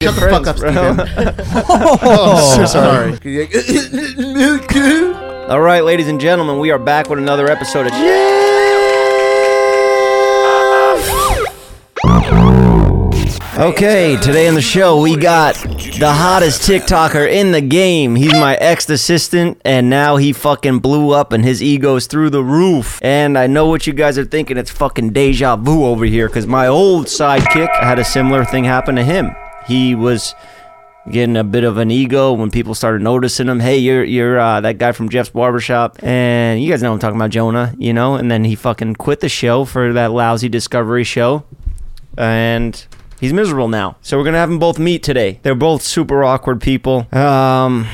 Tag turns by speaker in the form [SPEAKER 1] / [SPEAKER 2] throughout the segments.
[SPEAKER 1] Shut the fuck up,
[SPEAKER 2] friends, bro.
[SPEAKER 1] Steven. oh, I'm so sorry.
[SPEAKER 2] All right, ladies and gentlemen, we are back with another episode of Okay, today on the show we got the hottest TikToker in the game. He's my ex assistant, and now he fucking blew up, and his ego's through the roof. And I know what you guys are thinking. It's fucking deja vu over here, because my old sidekick had a similar thing happen to him. He was getting a bit of an ego when people started noticing him. Hey, you're you're uh, that guy from Jeff's barbershop, and you guys know I'm talking about Jonah, you know. And then he fucking quit the show for that lousy Discovery show, and he's miserable now. So we're gonna have them both meet today. They're both super awkward people. Um,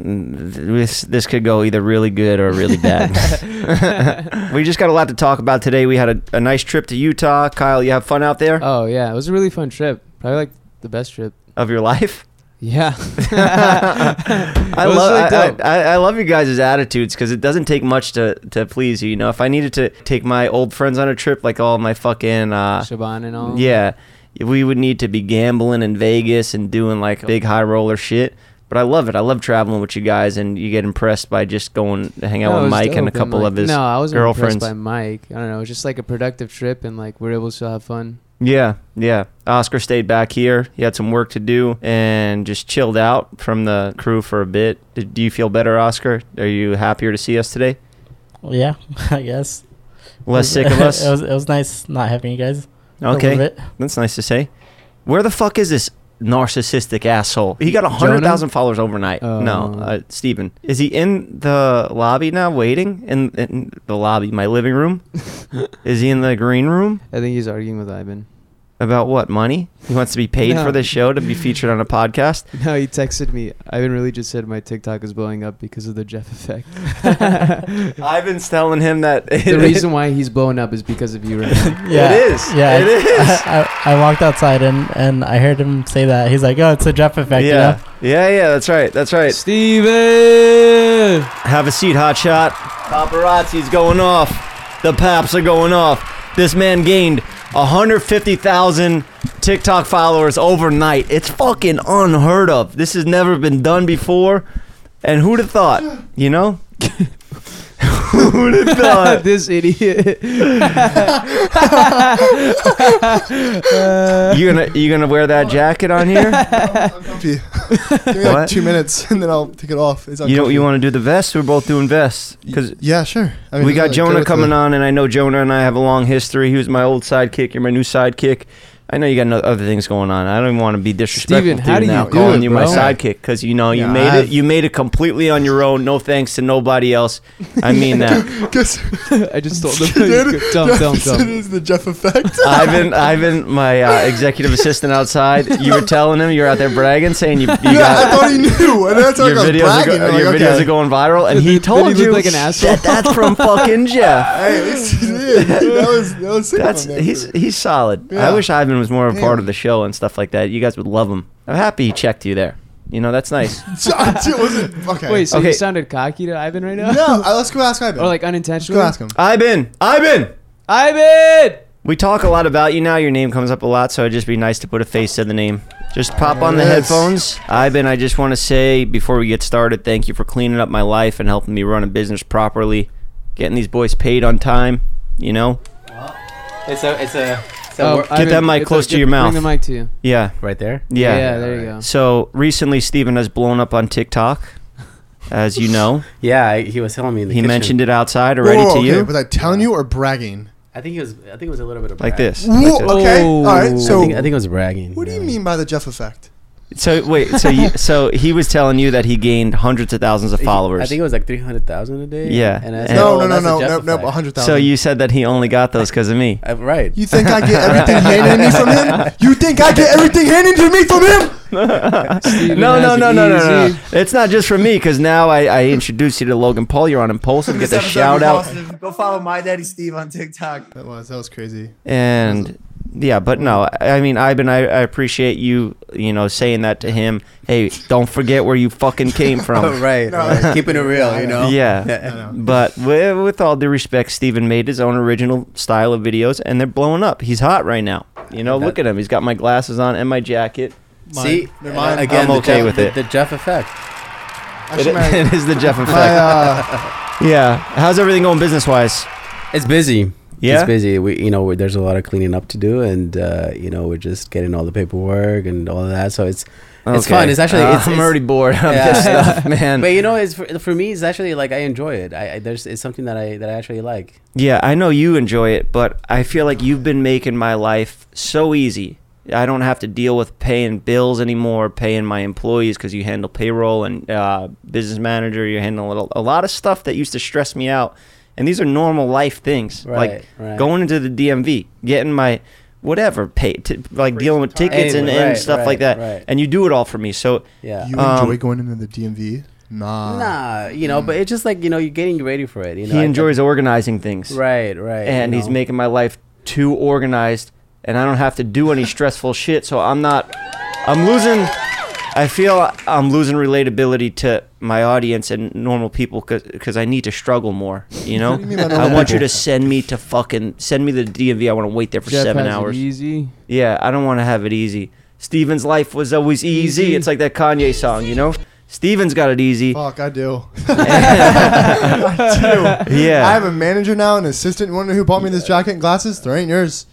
[SPEAKER 2] this this could go either really good or really bad. we just got a lot to talk about today. We had a, a nice trip to Utah. Kyle, you have fun out there uh,
[SPEAKER 3] Oh yeah, it was a really fun trip. Probably like the best trip.
[SPEAKER 2] of your life.
[SPEAKER 3] Yeah.
[SPEAKER 2] I
[SPEAKER 3] It was really
[SPEAKER 2] love
[SPEAKER 3] dope.
[SPEAKER 2] I, I, I love you guys' attitudes because it doesn't take much to, to please you. You know, if I needed to take my old friends on a trip, like all my fucking uh,
[SPEAKER 3] Shaban and all.
[SPEAKER 2] yeah, we would need to be gambling in Vegas and doing like big high roller shit. But I love it. I love traveling with you guys, and you get impressed by just going to hang out
[SPEAKER 3] No, it
[SPEAKER 2] with
[SPEAKER 3] was
[SPEAKER 2] Mike and a
[SPEAKER 3] dope,
[SPEAKER 2] couple
[SPEAKER 3] like-
[SPEAKER 2] of his
[SPEAKER 3] no, I was
[SPEAKER 2] girlfriends.
[SPEAKER 3] by Mike. I don't know. It was just like a productive trip, and like we are able to still have fun.
[SPEAKER 2] Yeah, yeah. Oscar stayed back here. He had some work to do and just chilled out from the crew for a bit. Did, do you feel better, Oscar? Are you happier to see us today?
[SPEAKER 4] Well, yeah, I guess.
[SPEAKER 2] Less sick
[SPEAKER 4] It was-
[SPEAKER 2] of us?
[SPEAKER 4] it was it was nice not having you guys. for a little
[SPEAKER 2] Okay,
[SPEAKER 4] bit.
[SPEAKER 2] that's nice to say. Where the fuck is this narcissistic asshole? He got a hundred
[SPEAKER 3] Jonah?
[SPEAKER 2] thousand followers overnight. no,
[SPEAKER 3] Oh.
[SPEAKER 2] uh, Steven. Is he in the lobby now, waiting in, in the lobby, my living room? is he in the green room?
[SPEAKER 3] I think he's arguing with Ivan.
[SPEAKER 2] About what money? He wants to be paid
[SPEAKER 3] No.
[SPEAKER 2] for this show to be featured on a podcast.
[SPEAKER 3] No, he texted me. Ivan really just said my TikTok is blowing up because of the Jeff effect.
[SPEAKER 2] Ivan's telling him that
[SPEAKER 3] the reason why he's blowing up is because of you right now.
[SPEAKER 4] Yeah,
[SPEAKER 2] is.
[SPEAKER 4] Yeah,
[SPEAKER 2] It is.
[SPEAKER 4] I, I, I walked outside and and I heard him say that. He's like, "Oh, it's a Jeff effect." you
[SPEAKER 2] yeah,
[SPEAKER 4] know?
[SPEAKER 2] yeah, yeah. That's right. That's right.
[SPEAKER 3] Steven!
[SPEAKER 2] Have a seat, hotshot. Paparazzi's going off. The paps are going off. This man gained 150,000 TikTok followers overnight. It's fucking unheard of. This has never been done before. And who'd have thought? You know? who'd have thought?
[SPEAKER 3] this idiot.
[SPEAKER 2] You gonna you gonna wear that jacket on here?
[SPEAKER 1] I'm comfy. Give me
[SPEAKER 2] What?
[SPEAKER 1] like two minutes and then I'll take it off. It's
[SPEAKER 2] You don't you
[SPEAKER 1] uncomfy.
[SPEAKER 2] want to do the vest? We're both doing vests because
[SPEAKER 1] Yeah, sure. I
[SPEAKER 2] we got Jonah coming on, and I know Jonah and I have a long history. He was my old sidekick. You're my new sidekick. I know you got no other things going on. I don't even want to be disrespectful
[SPEAKER 3] Steven,
[SPEAKER 2] to
[SPEAKER 3] how
[SPEAKER 2] you
[SPEAKER 3] do
[SPEAKER 2] now,
[SPEAKER 3] you do
[SPEAKER 2] calling
[SPEAKER 3] it,
[SPEAKER 2] you my
[SPEAKER 3] bro?
[SPEAKER 2] sidekick because you know you
[SPEAKER 1] Yeah,
[SPEAKER 2] made it.
[SPEAKER 1] I've-
[SPEAKER 2] You made it completely on your own. No thanks to nobody else. I mean that.
[SPEAKER 1] Guess
[SPEAKER 3] I just told him. dumb, dumb,
[SPEAKER 1] it
[SPEAKER 3] dumb.
[SPEAKER 1] is the Jeff effect.
[SPEAKER 2] Ivan, Ivan, my uh, executive assistant outside. You were telling him you're out there bragging, saying you, you
[SPEAKER 1] yeah, I
[SPEAKER 2] got.
[SPEAKER 1] thought he knew. And that's how I
[SPEAKER 2] Your
[SPEAKER 1] was
[SPEAKER 2] videos, are,
[SPEAKER 1] bragging.
[SPEAKER 2] go-
[SPEAKER 1] I'm
[SPEAKER 2] your
[SPEAKER 1] like,
[SPEAKER 2] videos
[SPEAKER 1] okay.
[SPEAKER 2] are going viral, and
[SPEAKER 3] Did-
[SPEAKER 2] he
[SPEAKER 3] did he
[SPEAKER 2] told
[SPEAKER 3] look
[SPEAKER 2] you
[SPEAKER 3] like an asshole?
[SPEAKER 2] that that's from fucking Jeff.
[SPEAKER 1] Hey, at least he did. That was that was sick of
[SPEAKER 2] That's
[SPEAKER 1] him, man.
[SPEAKER 2] he's he's solid. I
[SPEAKER 1] Yeah.
[SPEAKER 2] wish Ivan was more a
[SPEAKER 1] Yeah.
[SPEAKER 2] part of the show and stuff like that. You guys would love him. I'm happy he checked you there. You know that's nice.
[SPEAKER 1] it wasn't okay.
[SPEAKER 3] Wait, so
[SPEAKER 2] Okay.
[SPEAKER 3] you sounded cocky to Ivan right now?
[SPEAKER 1] no, uh, let's go ask Ivan.
[SPEAKER 3] Or like
[SPEAKER 1] let's go
[SPEAKER 3] unintentionally?
[SPEAKER 1] ask him.
[SPEAKER 2] Ivan, Ivan.
[SPEAKER 3] Ivan!
[SPEAKER 2] We talk a lot about you now. Your name comes up a lot, so it'd just be nice to put a face to the name. Just pop on the
[SPEAKER 1] Yes.
[SPEAKER 2] headphones. Ivan, I just want to say before we get started, thank you for cleaning up my life and helping me run a business properly, getting these boys paid on time. You know,
[SPEAKER 5] It's a, it's a, it's
[SPEAKER 3] Oh,
[SPEAKER 5] wor-
[SPEAKER 3] I
[SPEAKER 2] Get that mic
[SPEAKER 3] it's
[SPEAKER 2] close to your mouth.
[SPEAKER 3] Bring the mic to you.
[SPEAKER 2] yeah,
[SPEAKER 5] right there.
[SPEAKER 2] yeah.
[SPEAKER 3] there you go.
[SPEAKER 2] So recently, Steven has blown up on TikTok, as you know.
[SPEAKER 5] Yeah, I, he was telling me. In the
[SPEAKER 2] He
[SPEAKER 5] kitchen.
[SPEAKER 2] mentioned it outside already
[SPEAKER 1] Whoa,
[SPEAKER 2] to
[SPEAKER 1] okay,
[SPEAKER 2] you,
[SPEAKER 1] Was I telling you or bragging?
[SPEAKER 5] I think it was. I think it was a little bit of
[SPEAKER 2] like
[SPEAKER 5] brag.
[SPEAKER 2] this.
[SPEAKER 1] Whoa,
[SPEAKER 2] like this.
[SPEAKER 1] okay, all right.
[SPEAKER 3] Oh.
[SPEAKER 5] I
[SPEAKER 1] So,
[SPEAKER 5] think, I think it was bragging.
[SPEAKER 1] what do you
[SPEAKER 5] yeah.
[SPEAKER 1] mean by the Jeff effect?
[SPEAKER 2] So wait, so you, so he was telling you that he gained hundreds of thousands of
[SPEAKER 5] I think-
[SPEAKER 2] followers.
[SPEAKER 5] I think it was like three hundred thousand a day.
[SPEAKER 2] Yeah.
[SPEAKER 5] And I
[SPEAKER 2] Yeah.
[SPEAKER 5] said, oh,
[SPEAKER 1] No, no, no,
[SPEAKER 5] that's a
[SPEAKER 1] no, no,
[SPEAKER 5] Jeff
[SPEAKER 1] no,
[SPEAKER 5] effect.
[SPEAKER 1] 100,000.
[SPEAKER 2] so you said that he only got those because of me.
[SPEAKER 5] Uh, right.
[SPEAKER 1] You think I get everything handed to me from him? You think I get everything handed to me from him?
[SPEAKER 3] Steven
[SPEAKER 2] No,
[SPEAKER 3] has
[SPEAKER 2] no,
[SPEAKER 3] it
[SPEAKER 2] no, no, no, no,
[SPEAKER 3] easy.
[SPEAKER 2] no. It's not just for me because now I, I introduced you to Logan Paul. You're on Impulsive. Get the shout out.
[SPEAKER 6] Go follow my daddy Steve on TikTok.
[SPEAKER 1] That was that was crazy.
[SPEAKER 2] And yeah, but no, I I mean, Ivan, I, I appreciate you, you know, saying that to him. Hey, don't forget where you fucking came
[SPEAKER 5] Oh,
[SPEAKER 2] from.
[SPEAKER 5] right. right. Keeping it real, you know.
[SPEAKER 2] Yeah.
[SPEAKER 1] I know.
[SPEAKER 2] But with, with all due respect, Steven made his own original style of videos, and they're blowing up. He's hot right now. You know, look at him. He's got my glasses on and my jacket.
[SPEAKER 5] See,
[SPEAKER 1] They're mine.
[SPEAKER 5] again,
[SPEAKER 2] I'm
[SPEAKER 5] the
[SPEAKER 2] okay
[SPEAKER 5] Jeff-
[SPEAKER 2] with
[SPEAKER 5] the-
[SPEAKER 2] it.
[SPEAKER 5] The Jeff effect.
[SPEAKER 1] I
[SPEAKER 2] It,
[SPEAKER 1] should marry-
[SPEAKER 2] it is the Jeff effect.
[SPEAKER 1] my, uh,
[SPEAKER 2] yeah. How's everything going business wise?
[SPEAKER 5] It's busy.
[SPEAKER 2] Yeah.
[SPEAKER 5] It's busy. We, you know, we, there's a lot of cleaning up to do, and uh, you know, we're just getting all the paperwork and all of that. So it's, it's
[SPEAKER 2] Okay.
[SPEAKER 5] fun. It's actually,
[SPEAKER 2] Uh,
[SPEAKER 5] it's,
[SPEAKER 2] I'm
[SPEAKER 5] it's-
[SPEAKER 2] already bored of this
[SPEAKER 5] Yeah.
[SPEAKER 2] stuff, man.
[SPEAKER 5] But you know, it's for, for me. It's actually like I enjoy it. I, I there's it's something that I that I actually like.
[SPEAKER 2] Yeah, I know you enjoy it, but I feel like you've been making my life so easy. I don't have to deal with paying bills anymore, paying my employees because you handle payroll and uh, business manager. You handle a, little- a lot of stuff that used to stress me out, and these are normal life things
[SPEAKER 5] Right,
[SPEAKER 2] like
[SPEAKER 5] right.
[SPEAKER 2] going into the DMV, getting my whatever paid, t- like dealing with
[SPEAKER 5] time.
[SPEAKER 2] tickets and, and
[SPEAKER 5] Right,
[SPEAKER 2] stuff
[SPEAKER 5] right,
[SPEAKER 2] like that.
[SPEAKER 5] right.
[SPEAKER 2] And you do it all for me, so
[SPEAKER 5] Yeah.
[SPEAKER 1] you
[SPEAKER 2] Um,
[SPEAKER 1] enjoy going into the DMV? Nah.
[SPEAKER 5] nah, you know, but it's just like you know, you're getting ready for it. You know,
[SPEAKER 2] uh, he
[SPEAKER 5] I-
[SPEAKER 2] enjoys organizing things.
[SPEAKER 5] Right, right.
[SPEAKER 2] and
[SPEAKER 5] you
[SPEAKER 2] he's
[SPEAKER 5] know.
[SPEAKER 2] making my life too organized and I don't have to do any stressful shit so I'm not I'm losing I feel I'm losing relatability to my audience and normal people because I need to struggle more you know
[SPEAKER 1] What do you mean by
[SPEAKER 2] I
[SPEAKER 1] normal
[SPEAKER 2] want you
[SPEAKER 1] people?
[SPEAKER 2] to send me to fucking send me the DMV I want to wait there for
[SPEAKER 3] Jeff
[SPEAKER 2] 7
[SPEAKER 3] has it
[SPEAKER 2] hours
[SPEAKER 3] easy.
[SPEAKER 2] yeah I don't want to have it easy Steven's life was always easy.
[SPEAKER 3] Easy.
[SPEAKER 2] it's like that Kanye song you know Steven's got it easy
[SPEAKER 1] Fuck, I do. I
[SPEAKER 2] yeah
[SPEAKER 1] have a manager now, an assistant. You wonder who bought me this jacket and glasses? There ain't yours.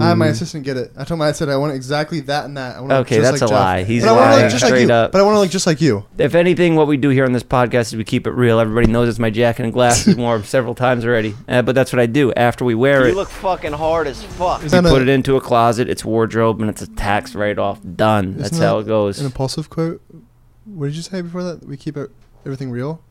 [SPEAKER 1] I had my assistant get it. I told my I said I want exactly that and that. I want it
[SPEAKER 2] Okay,
[SPEAKER 1] just
[SPEAKER 2] that's
[SPEAKER 1] like
[SPEAKER 2] a
[SPEAKER 1] Jeff.
[SPEAKER 2] lie. He's
[SPEAKER 1] but I wanna
[SPEAKER 2] lying
[SPEAKER 1] look just
[SPEAKER 2] straight
[SPEAKER 1] like you.
[SPEAKER 2] up.
[SPEAKER 1] But I want to look just like you.
[SPEAKER 2] If anything, what we do here on this podcast is we keep it real. Everybody knows it's my jacket and glasses warm several times already, uh, but that's what I do after we wear it. You look fucking hard as fuck. You
[SPEAKER 1] Isn't
[SPEAKER 2] put
[SPEAKER 1] it-
[SPEAKER 2] it into a closet, it's wardrobe, and it's a tax write-off. Done. That's
[SPEAKER 1] Isn't
[SPEAKER 2] how
[SPEAKER 1] that
[SPEAKER 2] it goes.
[SPEAKER 1] An impulsive quote. What did you say before that? We keep it, everything real.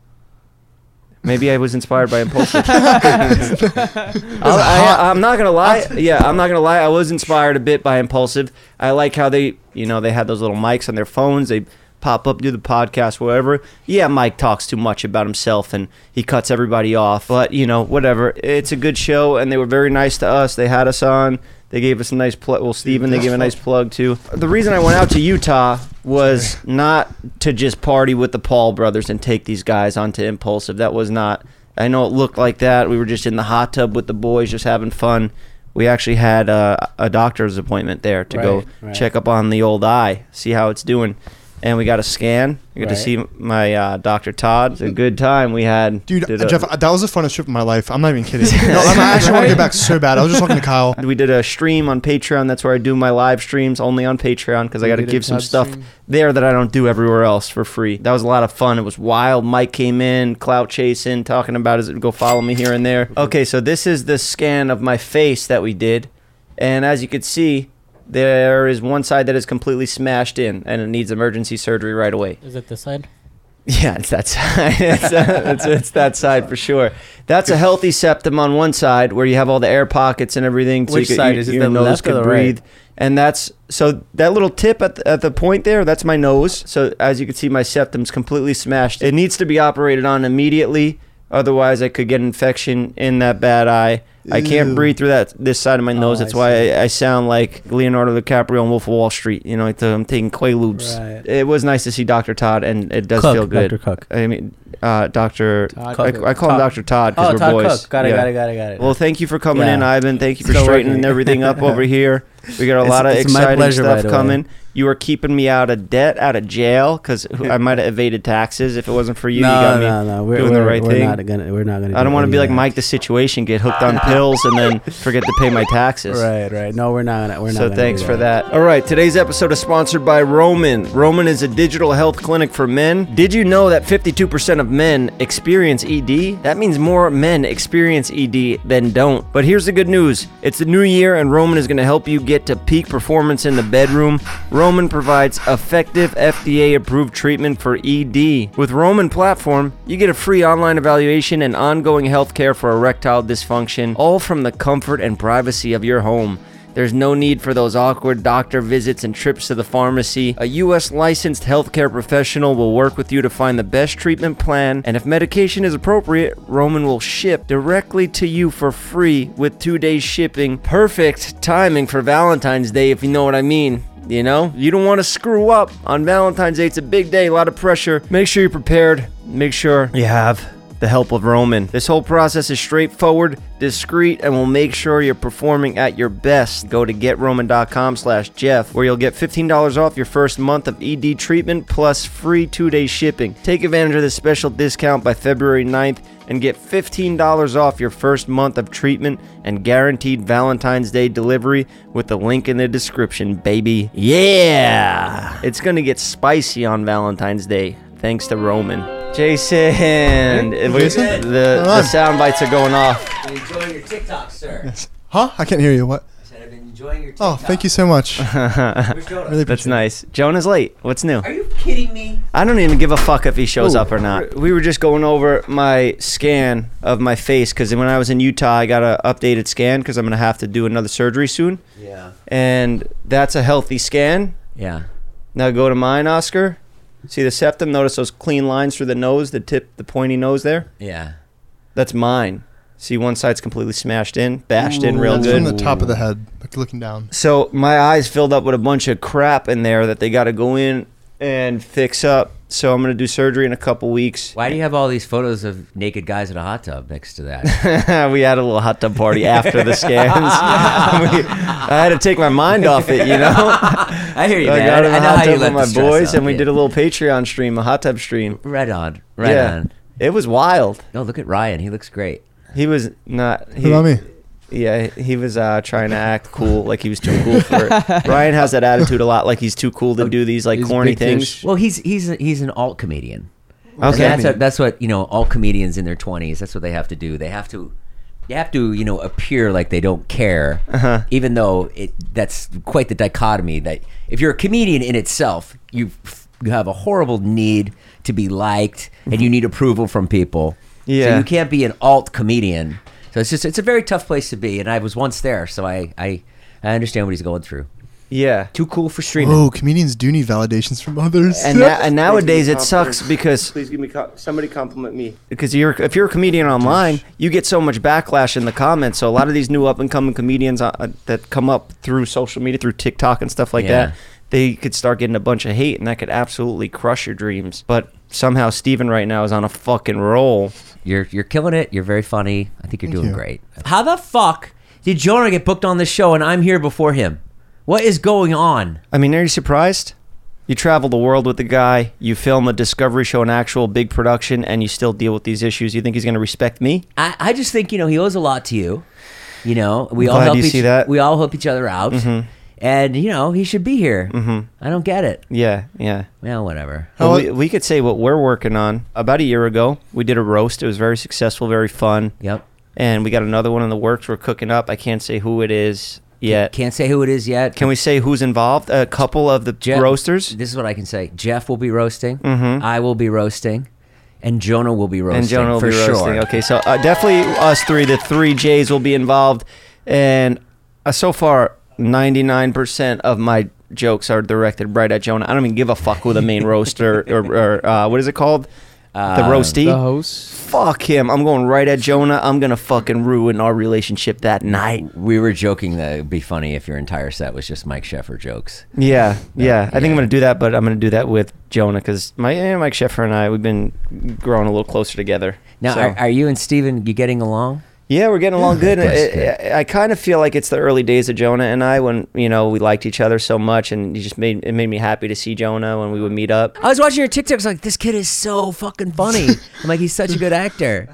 [SPEAKER 2] Maybe I was inspired by impulsive.
[SPEAKER 1] It's hot.
[SPEAKER 2] I, I, I'm not gonna lie. Yeah, I'm not gonna lie. I was inspired a bit by impulsive. I like how they, you know, they had those little mics on their phones. They pop up, do the podcast, wherever. Yeah, Mike talks too much about himself and he cuts everybody off. But you know, whatever. It's a good show, and they were very nice to us. They had us on. They gave us a nice plug. Well, Steven, they gave a nice plug too. The reason I went out to Utah was not to just party with the Paul brothers and take these guys onto Impulsive. That was not. I know it looked like that. We were just in the hot tub with the boys, just having fun. We actually had uh, a doctor's appointment there to go
[SPEAKER 5] Right, right.
[SPEAKER 2] check up on the old eye, see how it's doing. And we got a scan. We got to
[SPEAKER 5] Right.
[SPEAKER 2] see my uh, Dr. Todd. It's a good time we had.
[SPEAKER 1] Dude, uh,
[SPEAKER 2] Did a-
[SPEAKER 1] Jeff, that was the funnest trip of my life. I'm not even kidding. no, I'm, I actually want to get back so bad. I was just talking to Kyle.
[SPEAKER 2] We did a stream on Patreon. That's where I do my live streams only on Patreon because I got to
[SPEAKER 3] did a
[SPEAKER 2] give some
[SPEAKER 3] tab
[SPEAKER 2] stuff
[SPEAKER 3] stream.
[SPEAKER 2] there that I don't do everywhere else for free. That was a lot of fun. It was wild. Mike came in, clout chasing, talking about his go follow me here and there. Okay, so this is the scan of my face that we did, and as you could see, there is one side that is completely smashed in and it needs emergency surgery right away.
[SPEAKER 4] Is it this side?
[SPEAKER 2] Yeah, it's that side. it's, uh, it's, it's that side for sure. That's a healthy septum on one side where you have all the air pockets and everything.
[SPEAKER 5] Which
[SPEAKER 2] you
[SPEAKER 5] side? Is it the left or the right?
[SPEAKER 2] And that's so that little tip at the, at the point there. That's my nose. So as you can see, my septum's completely smashed. It needs to be operated on immediately. Otherwise, I could get infection in that bad eye. I can't
[SPEAKER 1] Ew.
[SPEAKER 2] breathe through that this side of my nose.
[SPEAKER 5] Oh, I
[SPEAKER 2] That's why I, I sound like Leonardo DiCaprio on Wolf of Wall Street. You know, like the- I'm taking Quaaludes.
[SPEAKER 5] Right.
[SPEAKER 2] It was nice to see Dr. Todd, and it does
[SPEAKER 5] Cook,
[SPEAKER 2] feel good.
[SPEAKER 5] Dr. Cook.
[SPEAKER 2] I mean, uh, Doctor.
[SPEAKER 3] Todd
[SPEAKER 2] I,
[SPEAKER 3] Cook.
[SPEAKER 2] I call him
[SPEAKER 5] Todd.
[SPEAKER 2] Doctor Todd because
[SPEAKER 5] Oh,
[SPEAKER 2] we're
[SPEAKER 5] Todd
[SPEAKER 2] boys.
[SPEAKER 5] Cook. Got it.
[SPEAKER 2] Yeah.
[SPEAKER 5] Got it. Got it. Got it.
[SPEAKER 2] Well, thank you for coming in,
[SPEAKER 5] Yeah.
[SPEAKER 2] Ivan. Thank you for
[SPEAKER 5] Still
[SPEAKER 2] straightening
[SPEAKER 5] working.
[SPEAKER 2] everything up over here. We got a
[SPEAKER 5] It's-
[SPEAKER 2] lot of
[SPEAKER 5] it's my
[SPEAKER 2] exciting
[SPEAKER 5] pleasure, by
[SPEAKER 2] stuff
[SPEAKER 5] the way.
[SPEAKER 2] coming. You are keeping me out of debt, out of jail, because I might have evaded taxes if it wasn't for you. you
[SPEAKER 5] no,
[SPEAKER 2] got me.
[SPEAKER 5] no, no. We're,
[SPEAKER 2] doing the
[SPEAKER 5] we're,
[SPEAKER 2] right
[SPEAKER 5] we're
[SPEAKER 2] thing.
[SPEAKER 5] Not gonna, we're not gonna.
[SPEAKER 2] I don't want to
[SPEAKER 5] any
[SPEAKER 2] be
[SPEAKER 5] of
[SPEAKER 2] like
[SPEAKER 5] that.
[SPEAKER 2] Mike the Situation, get hooked on pills, and then forget to pay my taxes.
[SPEAKER 5] Right, right. No, we're not. We're not.
[SPEAKER 2] So
[SPEAKER 5] gonna
[SPEAKER 2] thanks
[SPEAKER 5] do
[SPEAKER 2] for that. All right, today's episode is sponsored by Roman. Roman is a digital health clinic for men. Did you know that 52% of men experience ED? That means more men experience ED than don't. But here's the good news. It's the new year and Roman is going to help you get to peak performance in the bedroom. Roman provides effective FDA approved treatment for ED. With Roman platform, you get a free online evaluation and ongoing health care for erectile dysfunction, all from the comfort and privacy of your home. There's no need for those awkward doctor visits and trips to the pharmacy. A U.S. licensed healthcare professional will work with you to find the best treatment plan, and if medication is appropriate, Roman will ship directly to you for free with two days shipping. Perfect timing for Valentine's Day, if you know what I mean. You know, you don't want to screw up on Valentine's Day. It's a big day, a lot of pressure. Make sure you're prepared. Make sure you have the help of Roman. This whole process is straightforward, discreet, and will make sure you're performing at your best. Go to getroman.com slash Jeff, where you'll get $15 off your first month of ED treatment plus free two-day shipping. Take advantage of this special discount by February 9th and get $15 off your first month of treatment and guaranteed Valentine's Day delivery with the link in the description, baby. Yeah! It's gonna get spicy on Valentine's Day, thanks to Roman. Jason! if we-
[SPEAKER 1] Jason?
[SPEAKER 2] The, the
[SPEAKER 1] on.
[SPEAKER 2] sound bites are going off.
[SPEAKER 7] Been enjoying your TikTok, sir.
[SPEAKER 1] Huh? I can't hear you. What?
[SPEAKER 7] I said I've been enjoying your
[SPEAKER 1] Oh,
[SPEAKER 7] TikTok.
[SPEAKER 1] thank you so much. Really
[SPEAKER 7] Where's Jonah?
[SPEAKER 2] That's
[SPEAKER 1] appreciate it.
[SPEAKER 2] nice. Jonah's late. What's new?
[SPEAKER 7] Are you kidding me?
[SPEAKER 2] I don't even give a fuck if he shows
[SPEAKER 5] Ooh.
[SPEAKER 2] up or not. We were just going over my scan of my face because when I was in Utah, I got an updated scan because I'm gonna have to do another surgery soon,
[SPEAKER 7] Yeah.
[SPEAKER 2] and that's a healthy scan.
[SPEAKER 7] Yeah.
[SPEAKER 2] Now go to mine, Oscar. See the septum. Notice those clean lines through the nose, the tip, the pointy nose there.
[SPEAKER 7] Yeah.
[SPEAKER 2] That's mine. See one side's completely smashed in, bashed in real
[SPEAKER 1] That's
[SPEAKER 2] good.
[SPEAKER 1] From the top of the head, like looking down.
[SPEAKER 2] So my eyes filled up with a bunch of crap in there that they got to go in and fix up. So I'm gonna do surgery in a couple weeks.
[SPEAKER 7] Why do you have all these photos of naked guys in a hot tub next to that?
[SPEAKER 2] we had a little hot tub party after the scans. We- I had to take my mind off it, you know.
[SPEAKER 7] I hear you,
[SPEAKER 2] I
[SPEAKER 7] man.
[SPEAKER 2] got
[SPEAKER 7] I,
[SPEAKER 2] in the
[SPEAKER 7] know
[SPEAKER 2] hot
[SPEAKER 7] how you
[SPEAKER 2] tub
[SPEAKER 7] let
[SPEAKER 2] with
[SPEAKER 7] the
[SPEAKER 2] my
[SPEAKER 7] stress
[SPEAKER 2] boys,
[SPEAKER 7] out.
[SPEAKER 2] and we
[SPEAKER 7] Yeah.
[SPEAKER 2] did a little Patreon stream, a hot tub stream.
[SPEAKER 7] Right on. Right
[SPEAKER 2] Yeah.
[SPEAKER 7] on.
[SPEAKER 2] It was wild.
[SPEAKER 7] No, look at Ryan. He looks great.
[SPEAKER 2] He was not. He,
[SPEAKER 1] What about me?
[SPEAKER 2] Yeah, he was uh, trying to act cool, like he was too cool for it. Ryan has that attitude a lot, like he's too cool
[SPEAKER 7] Oh,
[SPEAKER 2] to do these like
[SPEAKER 3] He's
[SPEAKER 2] corny
[SPEAKER 3] big
[SPEAKER 2] things.
[SPEAKER 3] fish.
[SPEAKER 7] Well, he's he's he's an alt comedian. And
[SPEAKER 2] Okay.
[SPEAKER 7] that's what, that's what you know. All comedians in their twenties. That's what they have to do. They have to, they have to you know appear like they don't care,
[SPEAKER 2] Uh-huh.
[SPEAKER 7] even though it that's quite the dichotomy. That if you're a comedian in itself, you you have a horrible need to be liked and you need approval from people.
[SPEAKER 2] Yeah.
[SPEAKER 7] so you can't be an alt comedian. So it's just it's a very tough place to be. And I was once there, so I I, I understand what he's going through.
[SPEAKER 2] Yeah. Too cool for streaming.
[SPEAKER 1] Oh, comedians do need validations from others.
[SPEAKER 2] And, na- and nowadays it
[SPEAKER 8] confidence.
[SPEAKER 2] sucks because
[SPEAKER 8] Please give me co- somebody compliment me.
[SPEAKER 2] because you're if you're a comedian online, you get so much backlash in the comments. So a lot of these new up and coming comedians uh, that come up through social media, through TikTok and stuff like
[SPEAKER 7] Yeah.
[SPEAKER 2] that, they could start getting a bunch of hate, and that could absolutely crush your dreams. But somehow Steven right now is on a fucking roll.
[SPEAKER 7] You're you're killing it. You're very funny. I think you're doing
[SPEAKER 1] you.
[SPEAKER 7] great. How the fuck did Jonah get booked on this show and I'm here before him? What is going on?
[SPEAKER 2] I mean, are you surprised? You travel the world with the guy, you film a discovery show, an actual big production, and you still deal with these issues. You think he's going to respect me?
[SPEAKER 7] I, I just think you know he owes a lot to you. You know we all
[SPEAKER 2] glad
[SPEAKER 7] help
[SPEAKER 2] you
[SPEAKER 7] each
[SPEAKER 2] see that. Mm-hmm.
[SPEAKER 7] we all help each other out, and you know he should be here. I don't get it.
[SPEAKER 2] Yeah, yeah.
[SPEAKER 7] Well, whatever.
[SPEAKER 2] Well, we, we could say what we're working on. About a year ago, we did a roast. It was very successful, very fun.
[SPEAKER 7] Yep.
[SPEAKER 2] And we got another one in the works. We're cooking up. I can't say who it is yet.
[SPEAKER 7] Can't say who it is yet.
[SPEAKER 2] Can we say who's involved? A couple of the
[SPEAKER 7] Jeff-
[SPEAKER 2] roasters
[SPEAKER 7] This is what I can say. Jeff will be roasting. I will be roasting, and Jonah will be roasting.
[SPEAKER 2] and Jonah will
[SPEAKER 7] for
[SPEAKER 2] be
[SPEAKER 7] sure.
[SPEAKER 2] roasting. Okay, so uh, definitely us three, the three J's will be involved. And uh, so far, 99% of my jokes are directed right at Jonah. I don't even give a fuck who the main roaster or, or uh, what is it called? the
[SPEAKER 7] Uh,
[SPEAKER 2] roasty?
[SPEAKER 3] The host.
[SPEAKER 2] fuck him. I'm going right at Jonah. I'm gonna fucking ruin our relationship that night.
[SPEAKER 7] We were joking that it'd be funny if your entire set was just Mike Sheffer jokes.
[SPEAKER 2] Yeah, yeah. I think
[SPEAKER 7] Yeah.
[SPEAKER 2] I'm gonna do that, but I'm gonna do that with Jonah because my eh, Mike Sheffer and I we've been growing a little closer together.
[SPEAKER 7] Now,
[SPEAKER 2] So-
[SPEAKER 7] are, are you and Steven, you getting along?
[SPEAKER 2] yeah, we're getting along good.
[SPEAKER 7] That's
[SPEAKER 2] It-
[SPEAKER 7] good.
[SPEAKER 2] I, I kind of feel like it's the early days of Jonah and I when you know we liked each other so much, and he just made it made me happy to see Jonah when we would meet up.
[SPEAKER 7] I was watching your TikToks, like, this kid is so fucking funny. I'm like, he's such a good actor.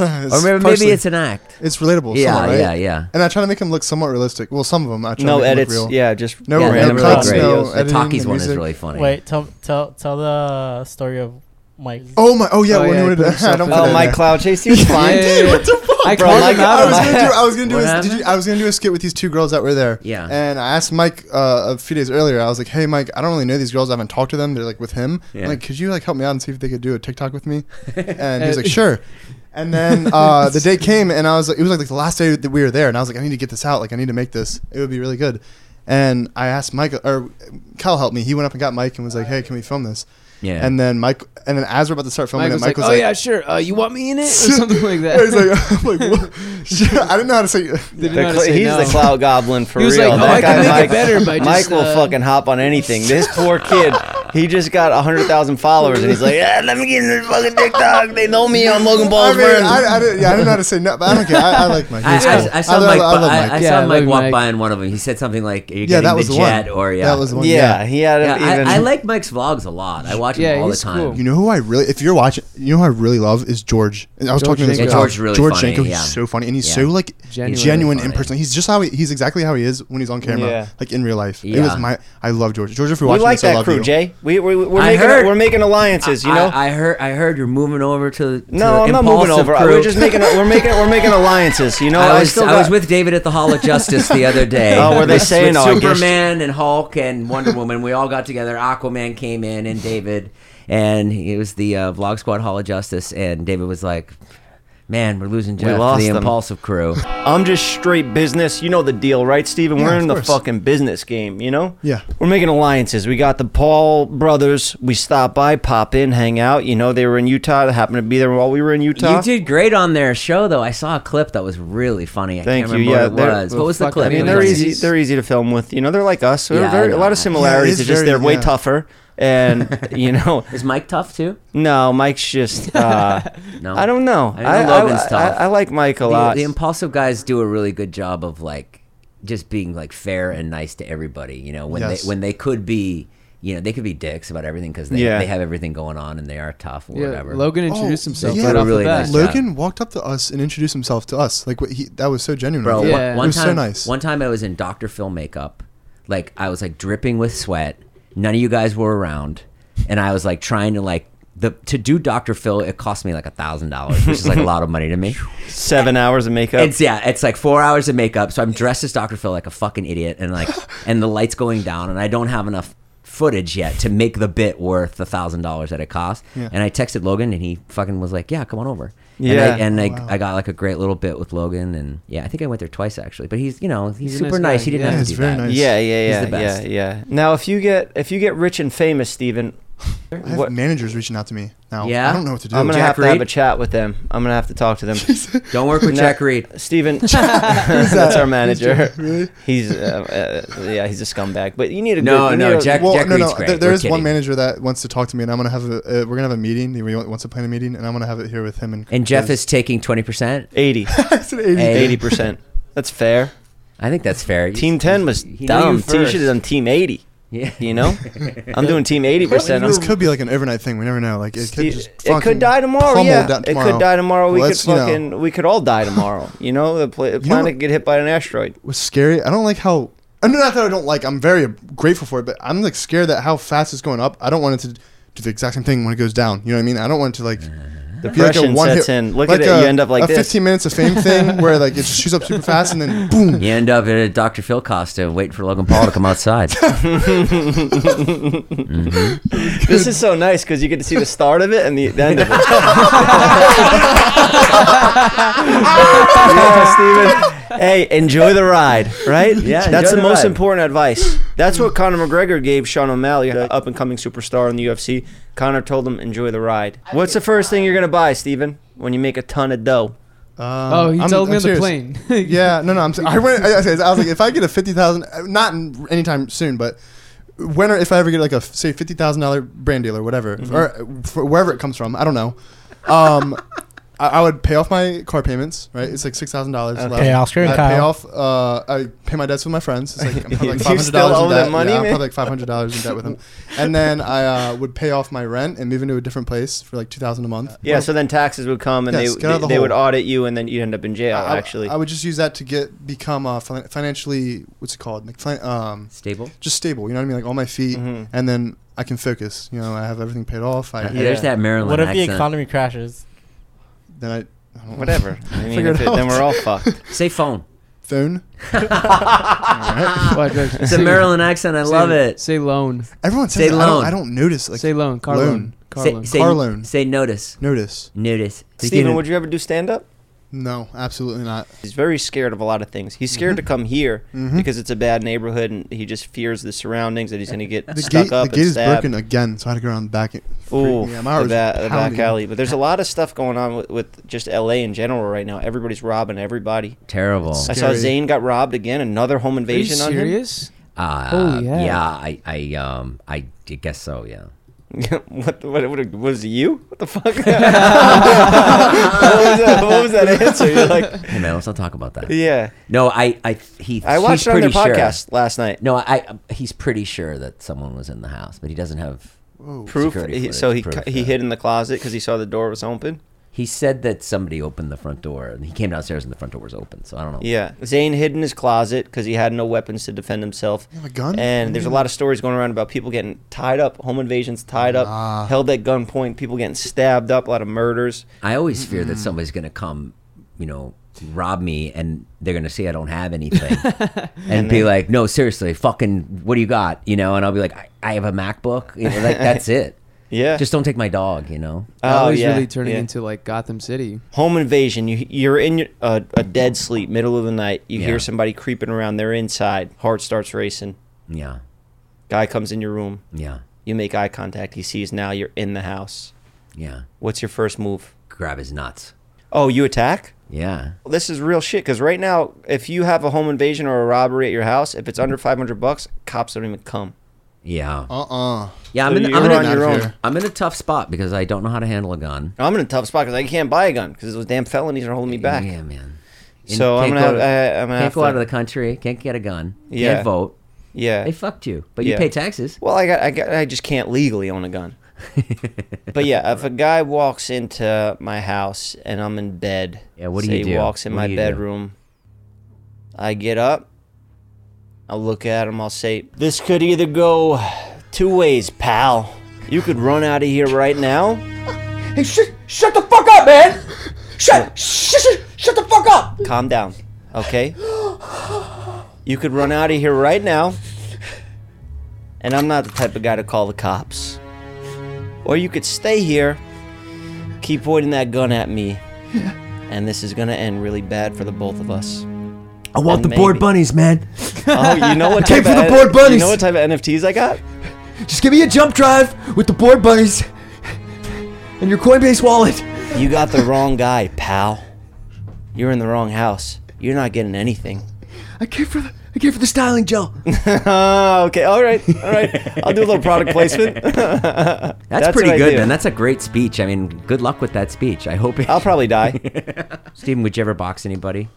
[SPEAKER 7] Or maybe, maybe it's an act.
[SPEAKER 1] it's relatable.
[SPEAKER 7] Yeah,
[SPEAKER 1] somewhat, right?
[SPEAKER 7] yeah, yeah.
[SPEAKER 1] And I try to make him look somewhat realistic. Well, some of them. I try
[SPEAKER 2] No
[SPEAKER 1] to make 'em look
[SPEAKER 2] edits.
[SPEAKER 1] real.
[SPEAKER 2] Yeah, just
[SPEAKER 1] No
[SPEAKER 7] Yeah,
[SPEAKER 1] random
[SPEAKER 7] they're
[SPEAKER 1] cuts.
[SPEAKER 7] really
[SPEAKER 1] No
[SPEAKER 7] great. the
[SPEAKER 1] editing.
[SPEAKER 7] Takis
[SPEAKER 1] the
[SPEAKER 7] one is
[SPEAKER 1] music.
[SPEAKER 7] really funny.
[SPEAKER 4] Wait, tell tell tell the story of Mike.
[SPEAKER 1] Oh my! Oh yeah.
[SPEAKER 3] Oh,
[SPEAKER 1] when
[SPEAKER 3] yeah,
[SPEAKER 1] you
[SPEAKER 3] he
[SPEAKER 1] were-
[SPEAKER 3] put himself
[SPEAKER 1] I don't
[SPEAKER 3] in
[SPEAKER 1] put
[SPEAKER 2] Oh,
[SPEAKER 1] that
[SPEAKER 2] my
[SPEAKER 1] in.
[SPEAKER 2] cloud chase, he was fine.
[SPEAKER 3] Yeah, yeah, yeah.
[SPEAKER 1] What the fuck?
[SPEAKER 3] I
[SPEAKER 2] Bro,
[SPEAKER 3] called
[SPEAKER 2] like,
[SPEAKER 3] him out
[SPEAKER 1] I
[SPEAKER 3] on
[SPEAKER 1] was
[SPEAKER 3] that.
[SPEAKER 1] gonna do. I was gonna do.
[SPEAKER 7] What
[SPEAKER 1] A,
[SPEAKER 7] happened?
[SPEAKER 1] did you, I was gonna do a skit with these two girls that were there.
[SPEAKER 7] Yeah.
[SPEAKER 1] And I asked Mike uh, a few days earlier. I was like, "Hey, Mike, I don't really know these girls. I haven't talked to them. They're like with him. I'm
[SPEAKER 7] Yeah.
[SPEAKER 1] Like, could you like help me out and see if they could do a TikTok with me?" And he was like, "Sure." And then uh, the day came, and I was like, it was like, the last day that we were there, and I was like, "I need to get this out. Like, I need to make this. It would be really good." And I asked Mike or Kyle helped me. He went up and got Mike and was like, "Hey, can we film this?"
[SPEAKER 7] Yeah.
[SPEAKER 1] And then Mike, and then as we're about to start filming
[SPEAKER 3] Mike was
[SPEAKER 1] it, Mike
[SPEAKER 3] like,
[SPEAKER 1] was
[SPEAKER 3] oh
[SPEAKER 1] like,
[SPEAKER 3] yeah, sure. Uh, you want me in it or something like that?
[SPEAKER 1] I was like, I'm like, what? Shit, I didn't know how to say.
[SPEAKER 3] They didn't know
[SPEAKER 2] The
[SPEAKER 3] how to
[SPEAKER 2] cl-
[SPEAKER 3] say
[SPEAKER 2] he's
[SPEAKER 3] no.
[SPEAKER 2] the cloud goblin for
[SPEAKER 3] He was
[SPEAKER 2] real.
[SPEAKER 3] like, "Oh, I can make it better by
[SPEAKER 2] Mike
[SPEAKER 3] just,
[SPEAKER 2] will
[SPEAKER 3] uh,
[SPEAKER 2] fucking hop on anything. This poor kid. He just got 100,000 followers and he's like, yeah, let me get in this fucking TikTok. They know me. I'm Logan
[SPEAKER 1] I
[SPEAKER 2] Paul's
[SPEAKER 1] mean,
[SPEAKER 2] friend.
[SPEAKER 1] I, I, didn't, yeah, I didn't know how to say no, but I don't care. I, I like Mike.
[SPEAKER 7] I,
[SPEAKER 1] He's cool.
[SPEAKER 7] I, I saw
[SPEAKER 1] love-
[SPEAKER 7] Mike.
[SPEAKER 1] I love
[SPEAKER 7] I, I
[SPEAKER 1] Mike.
[SPEAKER 3] Yeah, I
[SPEAKER 7] saw Mike
[SPEAKER 3] love
[SPEAKER 7] walk
[SPEAKER 3] Mike.
[SPEAKER 7] by in one of them. He said something like, "Are you
[SPEAKER 1] Yeah,
[SPEAKER 7] getting
[SPEAKER 1] that was
[SPEAKER 7] the
[SPEAKER 1] the
[SPEAKER 7] jet?"
[SPEAKER 1] one.
[SPEAKER 7] Or yeah,
[SPEAKER 1] That was the one.
[SPEAKER 2] yeah, he had
[SPEAKER 7] Yeah,
[SPEAKER 2] an even.
[SPEAKER 7] I, I like Mike's vlogs a lot. I watch
[SPEAKER 3] Yeah,
[SPEAKER 7] him all the
[SPEAKER 3] he's
[SPEAKER 7] time.
[SPEAKER 3] cool.
[SPEAKER 1] You know who I really, if you're watching, you know who I really love is George. And I was
[SPEAKER 3] George
[SPEAKER 1] talking to this
[SPEAKER 3] Jenko.
[SPEAKER 1] with
[SPEAKER 3] Yeah,
[SPEAKER 7] George is really
[SPEAKER 1] George
[SPEAKER 7] funny,
[SPEAKER 1] Jenko, he's
[SPEAKER 7] yeah.
[SPEAKER 1] so funny, and he's
[SPEAKER 7] Yeah.
[SPEAKER 1] so like
[SPEAKER 3] Genuinely
[SPEAKER 1] genuine, in
[SPEAKER 7] funny.
[SPEAKER 1] person. He's just how he, he's exactly how he is when he's on camera,
[SPEAKER 2] Yeah.
[SPEAKER 1] like in real life. It
[SPEAKER 7] Yeah.
[SPEAKER 1] was my, I love George. George, if you're
[SPEAKER 2] we
[SPEAKER 1] watching
[SPEAKER 2] like
[SPEAKER 1] this, I
[SPEAKER 2] that
[SPEAKER 1] love
[SPEAKER 2] crew,
[SPEAKER 1] you.
[SPEAKER 2] Jay. We, we, we're,
[SPEAKER 7] I
[SPEAKER 2] making,
[SPEAKER 7] heard-
[SPEAKER 2] we're making alliances, you
[SPEAKER 7] I-
[SPEAKER 2] know?
[SPEAKER 7] I, heard. I heard you're moving over to. to
[SPEAKER 2] no, I'm not moving
[SPEAKER 7] Impulsive
[SPEAKER 2] over.
[SPEAKER 7] Crew.
[SPEAKER 2] We're just making, we're making, we're making alliances, you know?
[SPEAKER 7] I was,
[SPEAKER 2] still
[SPEAKER 7] I was
[SPEAKER 2] got-
[SPEAKER 7] with David at the Hall of Justice the other day.
[SPEAKER 2] Oh, were they
[SPEAKER 7] With-
[SPEAKER 2] saying,
[SPEAKER 7] with
[SPEAKER 2] oh, I guess-
[SPEAKER 7] Superman and Hulk and Wonder Woman? We all got together. Aquaman came in and David, and it was the uh, Vlog Squad Hall of Justice, and David was like, "Man, we're losing Jeff to
[SPEAKER 2] lost
[SPEAKER 7] the
[SPEAKER 2] him."
[SPEAKER 7] Impulsive Crew."
[SPEAKER 2] I'm just straight business. You know the deal, right, Steven? We're
[SPEAKER 1] Yeah, of
[SPEAKER 2] in the
[SPEAKER 1] course.
[SPEAKER 2] fucking business game, you know?
[SPEAKER 1] Yeah.
[SPEAKER 2] We're making alliances. We got the Paul brothers. We stop by, pop in, hang out. You know, they were in Utah. They happened to be there while we were in Utah.
[SPEAKER 7] You did great on their show, though. I saw a clip that was really funny. I
[SPEAKER 2] Thank
[SPEAKER 7] can't
[SPEAKER 2] you.
[SPEAKER 7] remember
[SPEAKER 2] Yeah,
[SPEAKER 7] what it
[SPEAKER 2] they're-
[SPEAKER 7] was. What was the
[SPEAKER 3] fuck,
[SPEAKER 7] clip?
[SPEAKER 3] I
[SPEAKER 2] I mean,
[SPEAKER 3] mean,
[SPEAKER 2] they're
[SPEAKER 3] it's-
[SPEAKER 2] easy. They're easy to film with. You know, they're like us. They're
[SPEAKER 7] Yeah,
[SPEAKER 2] very,
[SPEAKER 7] I
[SPEAKER 2] a
[SPEAKER 7] know.
[SPEAKER 2] lot
[SPEAKER 7] Yeah,
[SPEAKER 2] of similarities.
[SPEAKER 1] it
[SPEAKER 2] it's
[SPEAKER 1] is
[SPEAKER 2] just
[SPEAKER 1] very-
[SPEAKER 2] they're way
[SPEAKER 1] yeah.
[SPEAKER 2] tougher. And you know,
[SPEAKER 7] Is Mike tough too?
[SPEAKER 2] no, Mike's just. Uh,
[SPEAKER 7] No,
[SPEAKER 2] I don't know.
[SPEAKER 7] I know Logan's
[SPEAKER 2] I,
[SPEAKER 7] tough.
[SPEAKER 2] I like Mike a
[SPEAKER 7] The,
[SPEAKER 2] lot.
[SPEAKER 7] the impulsive guys do a really good job of like just being like fair and nice to everybody. You know, when
[SPEAKER 1] Yes.
[SPEAKER 7] they when they could be, you know, they could be dicks about everything because they,
[SPEAKER 2] Yeah.
[SPEAKER 7] they have everything going on and they are tough or
[SPEAKER 3] Yeah,
[SPEAKER 7] whatever.
[SPEAKER 3] Logan introduced
[SPEAKER 1] Oh,
[SPEAKER 3] himself
[SPEAKER 1] yeah.
[SPEAKER 3] right off
[SPEAKER 7] Really
[SPEAKER 3] the bat.
[SPEAKER 7] nice.
[SPEAKER 1] Logan walked up to us and introduced himself to us. Like what he, that was so genuine.
[SPEAKER 7] Bro,
[SPEAKER 1] of him.
[SPEAKER 3] Yeah.
[SPEAKER 7] one, one
[SPEAKER 1] it was
[SPEAKER 7] time,
[SPEAKER 1] so nice.
[SPEAKER 7] one time I was in Dr. Phil makeup. Like I was like dripping with sweat. None of you guys were around, and I was like trying to like the to do Dr. Phil. It cost me like a thousand dollars, which is like a lot of money to me.
[SPEAKER 2] Seven hours of makeup.
[SPEAKER 7] It's yeah, it's like four hours of makeup. So I'm dressed as Dr. Phil like a fucking idiot, and like, and the lights going down, and I don't have enough footage yet to make the bit worth the thousand dollars that it cost.
[SPEAKER 1] Yeah.
[SPEAKER 7] And I texted Logan, and he fucking was like, "Yeah, come on over."
[SPEAKER 2] Yeah.
[SPEAKER 7] and I, and I,
[SPEAKER 1] Wow.
[SPEAKER 7] I got like a great little bit with Logan, and yeah, I think I went there twice actually. But he's you know he's,
[SPEAKER 3] He's a
[SPEAKER 7] super
[SPEAKER 3] nice guy.
[SPEAKER 7] nice. He didn't
[SPEAKER 3] Yeah,
[SPEAKER 7] have
[SPEAKER 1] he's
[SPEAKER 7] to do
[SPEAKER 1] very
[SPEAKER 7] that.
[SPEAKER 1] nice.
[SPEAKER 2] yeah, yeah, yeah,
[SPEAKER 7] the best.
[SPEAKER 2] yeah, yeah. Now, if you get if you get rich and famous, Steven,
[SPEAKER 1] I have
[SPEAKER 2] what-
[SPEAKER 1] managers reaching out to me now.
[SPEAKER 7] Yeah?
[SPEAKER 1] I don't know what to do.
[SPEAKER 2] I'm gonna
[SPEAKER 7] Jack
[SPEAKER 2] have to have
[SPEAKER 7] Reed?
[SPEAKER 2] a chat with them. I'm gonna have to talk to them.
[SPEAKER 7] Don't work with
[SPEAKER 2] No.
[SPEAKER 7] Jack Reed.
[SPEAKER 2] Steven, that's our manager.
[SPEAKER 1] Really?
[SPEAKER 2] He's uh, uh, yeah, he's a scumbag. But you need a
[SPEAKER 7] No,
[SPEAKER 2] good, you
[SPEAKER 7] no,
[SPEAKER 2] need a-
[SPEAKER 7] Jack-
[SPEAKER 1] well, no,
[SPEAKER 7] Reed's
[SPEAKER 1] no.
[SPEAKER 7] great.
[SPEAKER 1] There,
[SPEAKER 7] We're
[SPEAKER 1] there is
[SPEAKER 7] kidding.
[SPEAKER 1] one manager that wants to talk to me, and I'm gonna have a. Uh, we're gonna have a meeting. He wants to plan a meeting, and I'm gonna have it here with him. And
[SPEAKER 7] And Jeff is taking twenty percent.
[SPEAKER 2] 80
[SPEAKER 1] I said 80.
[SPEAKER 7] Hey.
[SPEAKER 2] 80 percent. That's fair.
[SPEAKER 7] I think that's fair.
[SPEAKER 2] Team 10 was
[SPEAKER 7] He knew you
[SPEAKER 2] dumb. Team
[SPEAKER 7] first.
[SPEAKER 2] should have done team 80.
[SPEAKER 7] Yeah.
[SPEAKER 2] You know, I'm doing team 80 percent.
[SPEAKER 1] This could be like an overnight thing. We never know. Like it could just.
[SPEAKER 2] It could
[SPEAKER 1] fucking
[SPEAKER 2] die tomorrow.
[SPEAKER 1] pummel
[SPEAKER 2] Yeah,
[SPEAKER 1] down
[SPEAKER 2] it could die tomorrow. We
[SPEAKER 1] Well,
[SPEAKER 2] could
[SPEAKER 1] that's, you know-
[SPEAKER 2] fucking, we could all die tomorrow. You know, the, pla- the planet could get hit by an asteroid.
[SPEAKER 1] was scary. I don't like how. I'm not that I don't like. I'm very grateful for it, but I'm like scared that how fast it's going up. I don't want it to do the exact same thing when it goes down. You know what I mean? I don't want it to like. be
[SPEAKER 2] Depression sets in. Look
[SPEAKER 1] like
[SPEAKER 2] at
[SPEAKER 1] a-
[SPEAKER 2] it. You end up like
[SPEAKER 1] a
[SPEAKER 2] this.
[SPEAKER 1] 15 minutes of fame thing where like it just shoots up super fast and then boom.
[SPEAKER 7] You end up in a Dr. Phil costume waiting for Logan Paul to come outside. Mm-hmm.
[SPEAKER 2] This is so nice because you get to see the start of it and the, the end of it. yeah, Steven. Hey, enjoy the ride, right?
[SPEAKER 7] Yeah,
[SPEAKER 2] that's
[SPEAKER 7] enjoy
[SPEAKER 2] the,
[SPEAKER 7] the
[SPEAKER 2] most
[SPEAKER 7] ride.
[SPEAKER 2] important advice. That's what Conor McGregor gave Sean O'Malley, an up and coming superstar in the UFC. Conor told him, "Enjoy the ride." What's the first thing you're gonna buy, Steven, when you make a ton of dough?
[SPEAKER 1] Um,
[SPEAKER 3] Oh, he
[SPEAKER 1] I'm-
[SPEAKER 3] told me
[SPEAKER 1] I'm
[SPEAKER 3] on
[SPEAKER 1] serious.
[SPEAKER 3] the plane.
[SPEAKER 1] Yeah, no, no. I'm. I went. I, I was like, if I get a fifty thousand, not in- anytime soon, but when or if I ever get like a say fifty thousand dollar brand deal or whatever,
[SPEAKER 3] Mm-hmm.
[SPEAKER 1] or for wherever it comes from, I don't know. Um, I, I would pay off my car payments. Right, it's like six thousand dollars.
[SPEAKER 2] Okay.
[SPEAKER 1] left.
[SPEAKER 4] Pay Oscar and
[SPEAKER 1] I pay
[SPEAKER 4] Kyle.
[SPEAKER 1] off. Uh, I pay my debts with my friends. It's like I'm probably like
[SPEAKER 2] You
[SPEAKER 1] five hundred
[SPEAKER 2] still
[SPEAKER 1] dollars
[SPEAKER 2] owe
[SPEAKER 1] in
[SPEAKER 2] them
[SPEAKER 1] debt.
[SPEAKER 2] money,
[SPEAKER 1] yeah, I'm
[SPEAKER 2] man?
[SPEAKER 1] probably like five hundred dollars in debt with them, and then I uh, would pay off my rent and move into a different place for like two thousand a month.
[SPEAKER 2] Yeah, so then taxes would come and
[SPEAKER 1] Yes,
[SPEAKER 2] they
[SPEAKER 1] get out of
[SPEAKER 2] they,
[SPEAKER 1] the
[SPEAKER 2] would
[SPEAKER 1] hole.
[SPEAKER 2] audit you, and then you'd end up in jail.
[SPEAKER 1] I-
[SPEAKER 2] actually,
[SPEAKER 1] I, would just use that to get become uh, fin- financially what's it called? Like, fin- um,
[SPEAKER 7] Stable.
[SPEAKER 1] just stable. You know what I mean? Like on my feet,
[SPEAKER 2] Mm-hmm.
[SPEAKER 1] and then I can focus. You know, I have everything paid off. I
[SPEAKER 2] Yeah.
[SPEAKER 7] Uh, There's that Maryland
[SPEAKER 4] What if the
[SPEAKER 7] accent.
[SPEAKER 4] economy crashes?
[SPEAKER 1] then I, I don't know.
[SPEAKER 2] whatever. I mean,
[SPEAKER 1] Figure it
[SPEAKER 2] if it- then
[SPEAKER 1] out.
[SPEAKER 2] we're all fucked.
[SPEAKER 7] Say phone.
[SPEAKER 1] phone.
[SPEAKER 3] Watch, watch.
[SPEAKER 7] It's a Maryland accent. I love it.
[SPEAKER 3] Say loan.
[SPEAKER 1] Everyone says
[SPEAKER 7] Say
[SPEAKER 1] that. I, don't,
[SPEAKER 7] loan.
[SPEAKER 1] I don't notice like
[SPEAKER 3] say loan. Car
[SPEAKER 1] loan.
[SPEAKER 3] loan.
[SPEAKER 7] say,
[SPEAKER 3] Car loan.
[SPEAKER 7] Say,
[SPEAKER 1] Car loan.
[SPEAKER 7] Say notice.
[SPEAKER 1] notice.
[SPEAKER 7] Notice.
[SPEAKER 2] Steven, would you ever do stand up?
[SPEAKER 1] No, absolutely not.
[SPEAKER 2] He's very scared of a lot of things. He's scared to come here
[SPEAKER 1] Mhm.
[SPEAKER 2] because it's a bad neighborhood and he just fears the surroundings that he's going to get
[SPEAKER 1] The
[SPEAKER 2] stuck
[SPEAKER 1] gate,
[SPEAKER 2] up
[SPEAKER 1] the gate
[SPEAKER 2] and
[SPEAKER 1] is
[SPEAKER 2] stabbed.
[SPEAKER 1] broken again, so I had to go around the back. It
[SPEAKER 2] Ooh,
[SPEAKER 1] freaked me out. My heart
[SPEAKER 2] the,
[SPEAKER 1] was
[SPEAKER 2] ba- the back
[SPEAKER 1] pounding.
[SPEAKER 2] alley. But there's a lot of stuff going on with, with just LA in general right now. Everybody's robbing everybody.
[SPEAKER 7] Terrible.
[SPEAKER 2] I saw
[SPEAKER 1] Scary.
[SPEAKER 2] Zayn got robbed again. Another home
[SPEAKER 3] Are you
[SPEAKER 2] invasion on him.
[SPEAKER 3] serious?
[SPEAKER 7] Uh,
[SPEAKER 3] Holy
[SPEAKER 7] yeah.
[SPEAKER 3] hell.
[SPEAKER 7] I, I, um, I I guess so. Yeah.
[SPEAKER 2] what, what, what was it you? What the fuck? what, was that, what was that answer? You're like,
[SPEAKER 7] Hey man, let's not talk about that.
[SPEAKER 2] yeah.
[SPEAKER 7] No, I, I, he.
[SPEAKER 2] I watched
[SPEAKER 7] he's
[SPEAKER 2] it on their
[SPEAKER 7] pretty sure.
[SPEAKER 2] podcast last night.
[SPEAKER 7] No, I. He's pretty sure that someone was in the house, but he doesn't have
[SPEAKER 2] proof.
[SPEAKER 7] security
[SPEAKER 2] He,
[SPEAKER 7] footage
[SPEAKER 2] so he
[SPEAKER 7] proof,
[SPEAKER 2] he
[SPEAKER 7] yeah.
[SPEAKER 2] hid in the closet because he saw the door was open.
[SPEAKER 7] He said that somebody opened the front door, and he came downstairs and the front door was open. So I don't know.
[SPEAKER 2] Yeah, Zane hid in his closet because he had no weapons to defend himself.
[SPEAKER 1] You have a gun?
[SPEAKER 2] And there's a lot of stories going around about people getting tied up, home invasions tied up,
[SPEAKER 1] Ah.
[SPEAKER 2] held at gunpoint, people getting stabbed up, a lot of murders.
[SPEAKER 7] I always fear that somebody's going to come, you know, rob me, and they're going to say I don't have anything, and, be like, "No, seriously, fucking, what do you got?" You know, and I'll be like, "I, I have a MacBook." You know, like that's it.
[SPEAKER 2] Yeah,
[SPEAKER 7] Just don't take my dog. You know.
[SPEAKER 2] oh,
[SPEAKER 3] Now he's
[SPEAKER 2] yeah,
[SPEAKER 3] really turning
[SPEAKER 2] yeah.
[SPEAKER 3] into like Gotham City.
[SPEAKER 2] home invasion. You you're in your, uh, a dead sleep, middle of the night. You
[SPEAKER 7] Yeah.
[SPEAKER 2] hear somebody creeping around. They're inside. Heart starts racing.
[SPEAKER 7] Yeah.
[SPEAKER 2] Guy comes in your room.
[SPEAKER 7] Yeah.
[SPEAKER 2] You make eye contact. He sees now you're in the house.
[SPEAKER 7] Yeah.
[SPEAKER 2] What's your first move?
[SPEAKER 7] Grab his nuts.
[SPEAKER 2] Oh, you attack?
[SPEAKER 7] Yeah.
[SPEAKER 2] This is real shit because right now, if you have a home invasion or a robbery at your house, if it's under 500 bucks, cops don't even come.
[SPEAKER 7] Yeah.
[SPEAKER 1] Uh uh
[SPEAKER 7] Yeah. I'm
[SPEAKER 2] So
[SPEAKER 7] in. I'm
[SPEAKER 2] you're
[SPEAKER 7] in,
[SPEAKER 2] on
[SPEAKER 7] a,
[SPEAKER 2] your
[SPEAKER 1] Not
[SPEAKER 2] own.
[SPEAKER 1] fair.
[SPEAKER 7] I'm in a tough spot because I don't know how to handle a gun.
[SPEAKER 2] I'm in a tough spot because I can't buy a gun because those damn felonies are holding me back.
[SPEAKER 7] Yeah, man.
[SPEAKER 2] So I'm
[SPEAKER 7] can't
[SPEAKER 2] gonna
[SPEAKER 7] go
[SPEAKER 2] have- I- I'm gonna
[SPEAKER 7] can't
[SPEAKER 2] have
[SPEAKER 7] go
[SPEAKER 2] to-
[SPEAKER 7] out of the country. Can't get a gun.
[SPEAKER 2] Yeah.
[SPEAKER 7] Can't vote.
[SPEAKER 2] Yeah.
[SPEAKER 7] They fucked you, but you
[SPEAKER 2] Yeah.
[SPEAKER 7] pay taxes.
[SPEAKER 2] Well, I got, I got, I just can't legally own a gun. but yeah, if a guy walks into my house and I'm in bed,
[SPEAKER 7] Yeah, what do
[SPEAKER 2] say
[SPEAKER 7] you
[SPEAKER 2] He
[SPEAKER 7] do?
[SPEAKER 2] walks in
[SPEAKER 7] What
[SPEAKER 2] my
[SPEAKER 7] do you do?
[SPEAKER 2] bedroom. I get up. I'll look at him. I'll say, "This could either go two ways, pal. You could run out of here right now,
[SPEAKER 6] Hey, shut, shut the fuck up, man! Shut, shut, shut, shut the fuck up!
[SPEAKER 2] calm down, okay? You could run out of here right now, and I'm not the type of guy to call the cops. Or you could stay here, keep pointing that gun at me, and this is gonna end really bad for the both of us.
[SPEAKER 7] I want
[SPEAKER 2] And the board maybe-
[SPEAKER 7] bunnies, man.
[SPEAKER 2] Oh, you know what
[SPEAKER 7] Came
[SPEAKER 2] type
[SPEAKER 7] for the
[SPEAKER 2] of
[SPEAKER 7] board
[SPEAKER 2] You
[SPEAKER 7] bunnies.
[SPEAKER 2] know what type of NFTs I got?
[SPEAKER 7] Just give me a jump drive with the board bunnies and your Coinbase wallet.
[SPEAKER 2] You got the wrong guy, pal. You're in the wrong house. You're not getting anything.
[SPEAKER 7] I came for the I came for the styling gel. That's,
[SPEAKER 2] Oh, okay. All right. All right. I'll do a little product placement. That's
[SPEAKER 7] pretty
[SPEAKER 2] what I
[SPEAKER 7] good,
[SPEAKER 2] do.
[SPEAKER 7] man. That's a great speech. I mean, good luck with that speech. I hope it.
[SPEAKER 2] I'll probably die.
[SPEAKER 7] Steven, would you ever box anybody?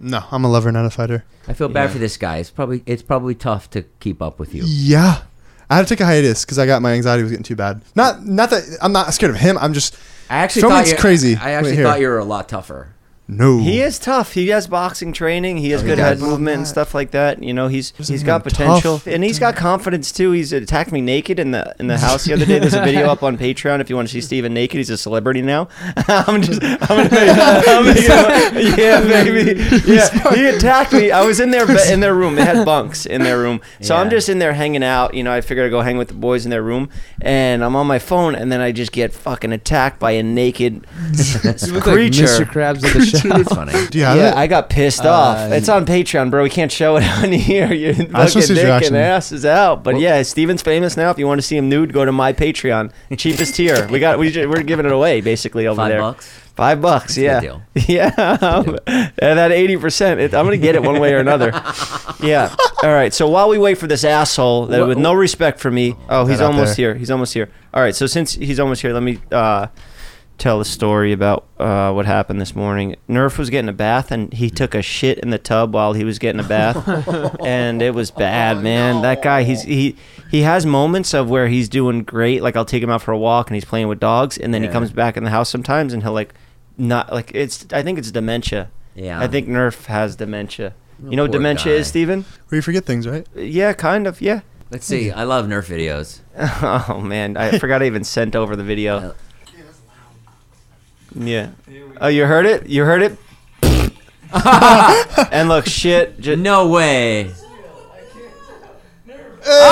[SPEAKER 1] No, I'm a lover, not a fighter.
[SPEAKER 7] I feel bad for this guy. It's probably it's probably tough to keep up with you.
[SPEAKER 1] Yeah. I had to take a hiatus because I got my anxiety was getting too bad. Not not that I'm not scared of him. I'm just
[SPEAKER 7] I actually
[SPEAKER 1] Filming's
[SPEAKER 7] thought you
[SPEAKER 1] crazy.
[SPEAKER 7] I actually
[SPEAKER 1] Wait, here.
[SPEAKER 7] thought you were a lot tougher.
[SPEAKER 1] no.
[SPEAKER 2] He is tough. He has boxing training. He has
[SPEAKER 7] he
[SPEAKER 2] good
[SPEAKER 7] does.
[SPEAKER 2] head movement and stuff like that. You know, he's he's got
[SPEAKER 1] even tough.
[SPEAKER 2] potential, and he's got confidence too. He's attacked me naked in the in the house the other day. There's a video up on Patreon if you want to see Steven naked. He's a celebrity now. I'm just I'm gonna make, I'm making- yeah baby yeah. He attacked me. I was in their be- in their room. They had bunks in their room, so I'm
[SPEAKER 7] Yeah.
[SPEAKER 2] just in there hanging out. You know, I figured I'd go hang with the boys in their room, and I'm on my phone, and then I just get fucking attacked by a naked
[SPEAKER 3] You look like
[SPEAKER 2] creature.
[SPEAKER 3] Mr. Krabs with a shell.
[SPEAKER 7] It's funny.
[SPEAKER 1] Do you have
[SPEAKER 2] Yeah,
[SPEAKER 1] it?
[SPEAKER 2] I got pissed
[SPEAKER 7] Uh,
[SPEAKER 2] off. It's on Patreon, bro. We can't show it on here. Your fucking
[SPEAKER 1] his
[SPEAKER 2] dick
[SPEAKER 1] reaction.
[SPEAKER 2] and ass is out. But yeah, Steven's famous now. If you want to see him nude, go to my Patreon. Cheapest tier. We got. We, ju- we're giving it away basically over
[SPEAKER 7] Five
[SPEAKER 2] there.
[SPEAKER 7] bucks.
[SPEAKER 2] Five bucks.
[SPEAKER 7] a
[SPEAKER 2] yeah.
[SPEAKER 7] good deal.
[SPEAKER 2] Yeah. and at eighty percent, I'm gonna get it one way or another. yeah. All right. So while we wait for this asshole that with no respect for me. Oh, he's
[SPEAKER 1] That out
[SPEAKER 2] almost
[SPEAKER 1] there.
[SPEAKER 2] here. He's almost here. All right. So since he's almost here, let me. Uh, tell the story about uh, what happened this morning. Nerf was getting a bath and he took a shit in the tub while he was getting a bath, and it was bad, man. That guy, he's he he has moments of where he's doing great. Like I'll take him out for a walk and he's playing with dogs, and then he
[SPEAKER 7] Yeah.
[SPEAKER 2] comes back in the house sometimes and he'll like not like it's. I think it's dementia.
[SPEAKER 7] Yeah. Oh,
[SPEAKER 2] I think Nerf has dementia. You know what
[SPEAKER 7] poor
[SPEAKER 2] dementia
[SPEAKER 7] guy.
[SPEAKER 2] is, Steven?
[SPEAKER 1] Where you forget things, right?
[SPEAKER 2] Yeah, kind of. Yeah.
[SPEAKER 7] Let's see. I love Nerf videos.
[SPEAKER 2] Oh man, I forgot I even sent over the video. Yeah. Oh, you heard it? You heard it? and look, shit. Just,
[SPEAKER 7] No way.
[SPEAKER 2] Oh!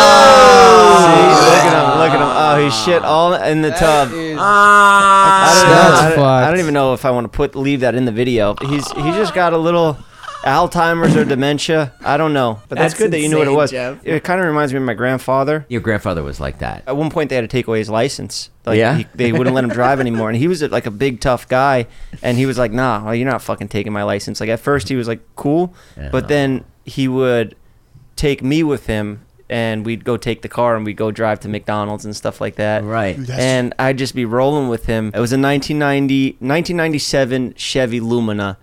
[SPEAKER 7] Oh!
[SPEAKER 2] see, look at him. Look at him. Oh, he shit all in the tub.
[SPEAKER 7] Ah!
[SPEAKER 2] I don't, know,
[SPEAKER 3] That's
[SPEAKER 2] Uh, I, don't, I don't
[SPEAKER 3] fucked.
[SPEAKER 2] even know if I want to put leave that in the video. He's he just got a little Alzheimer's or dementia. I don't know, but that's,
[SPEAKER 7] That's
[SPEAKER 2] good that you knew what it
[SPEAKER 7] insane,
[SPEAKER 2] was.
[SPEAKER 7] Jeff.
[SPEAKER 2] It kind of reminds me of my grandfather.
[SPEAKER 7] Your grandfather was like that.
[SPEAKER 2] at one point they had to take away his license. Like,
[SPEAKER 7] Yeah?
[SPEAKER 2] he, they wouldn't let him drive anymore, and he was like a big tough guy, and he was like, "Nah, well, you're not fucking taking my license." Like at first he was like cool,
[SPEAKER 7] Yeah.
[SPEAKER 2] but then he would take me with him and we'd go take the car and we'd go drive to McDonald's and stuff like that.
[SPEAKER 7] Right.
[SPEAKER 1] That's-
[SPEAKER 2] And I'd just be rolling with him. It was a 1990, 1997 Chevy Lumina.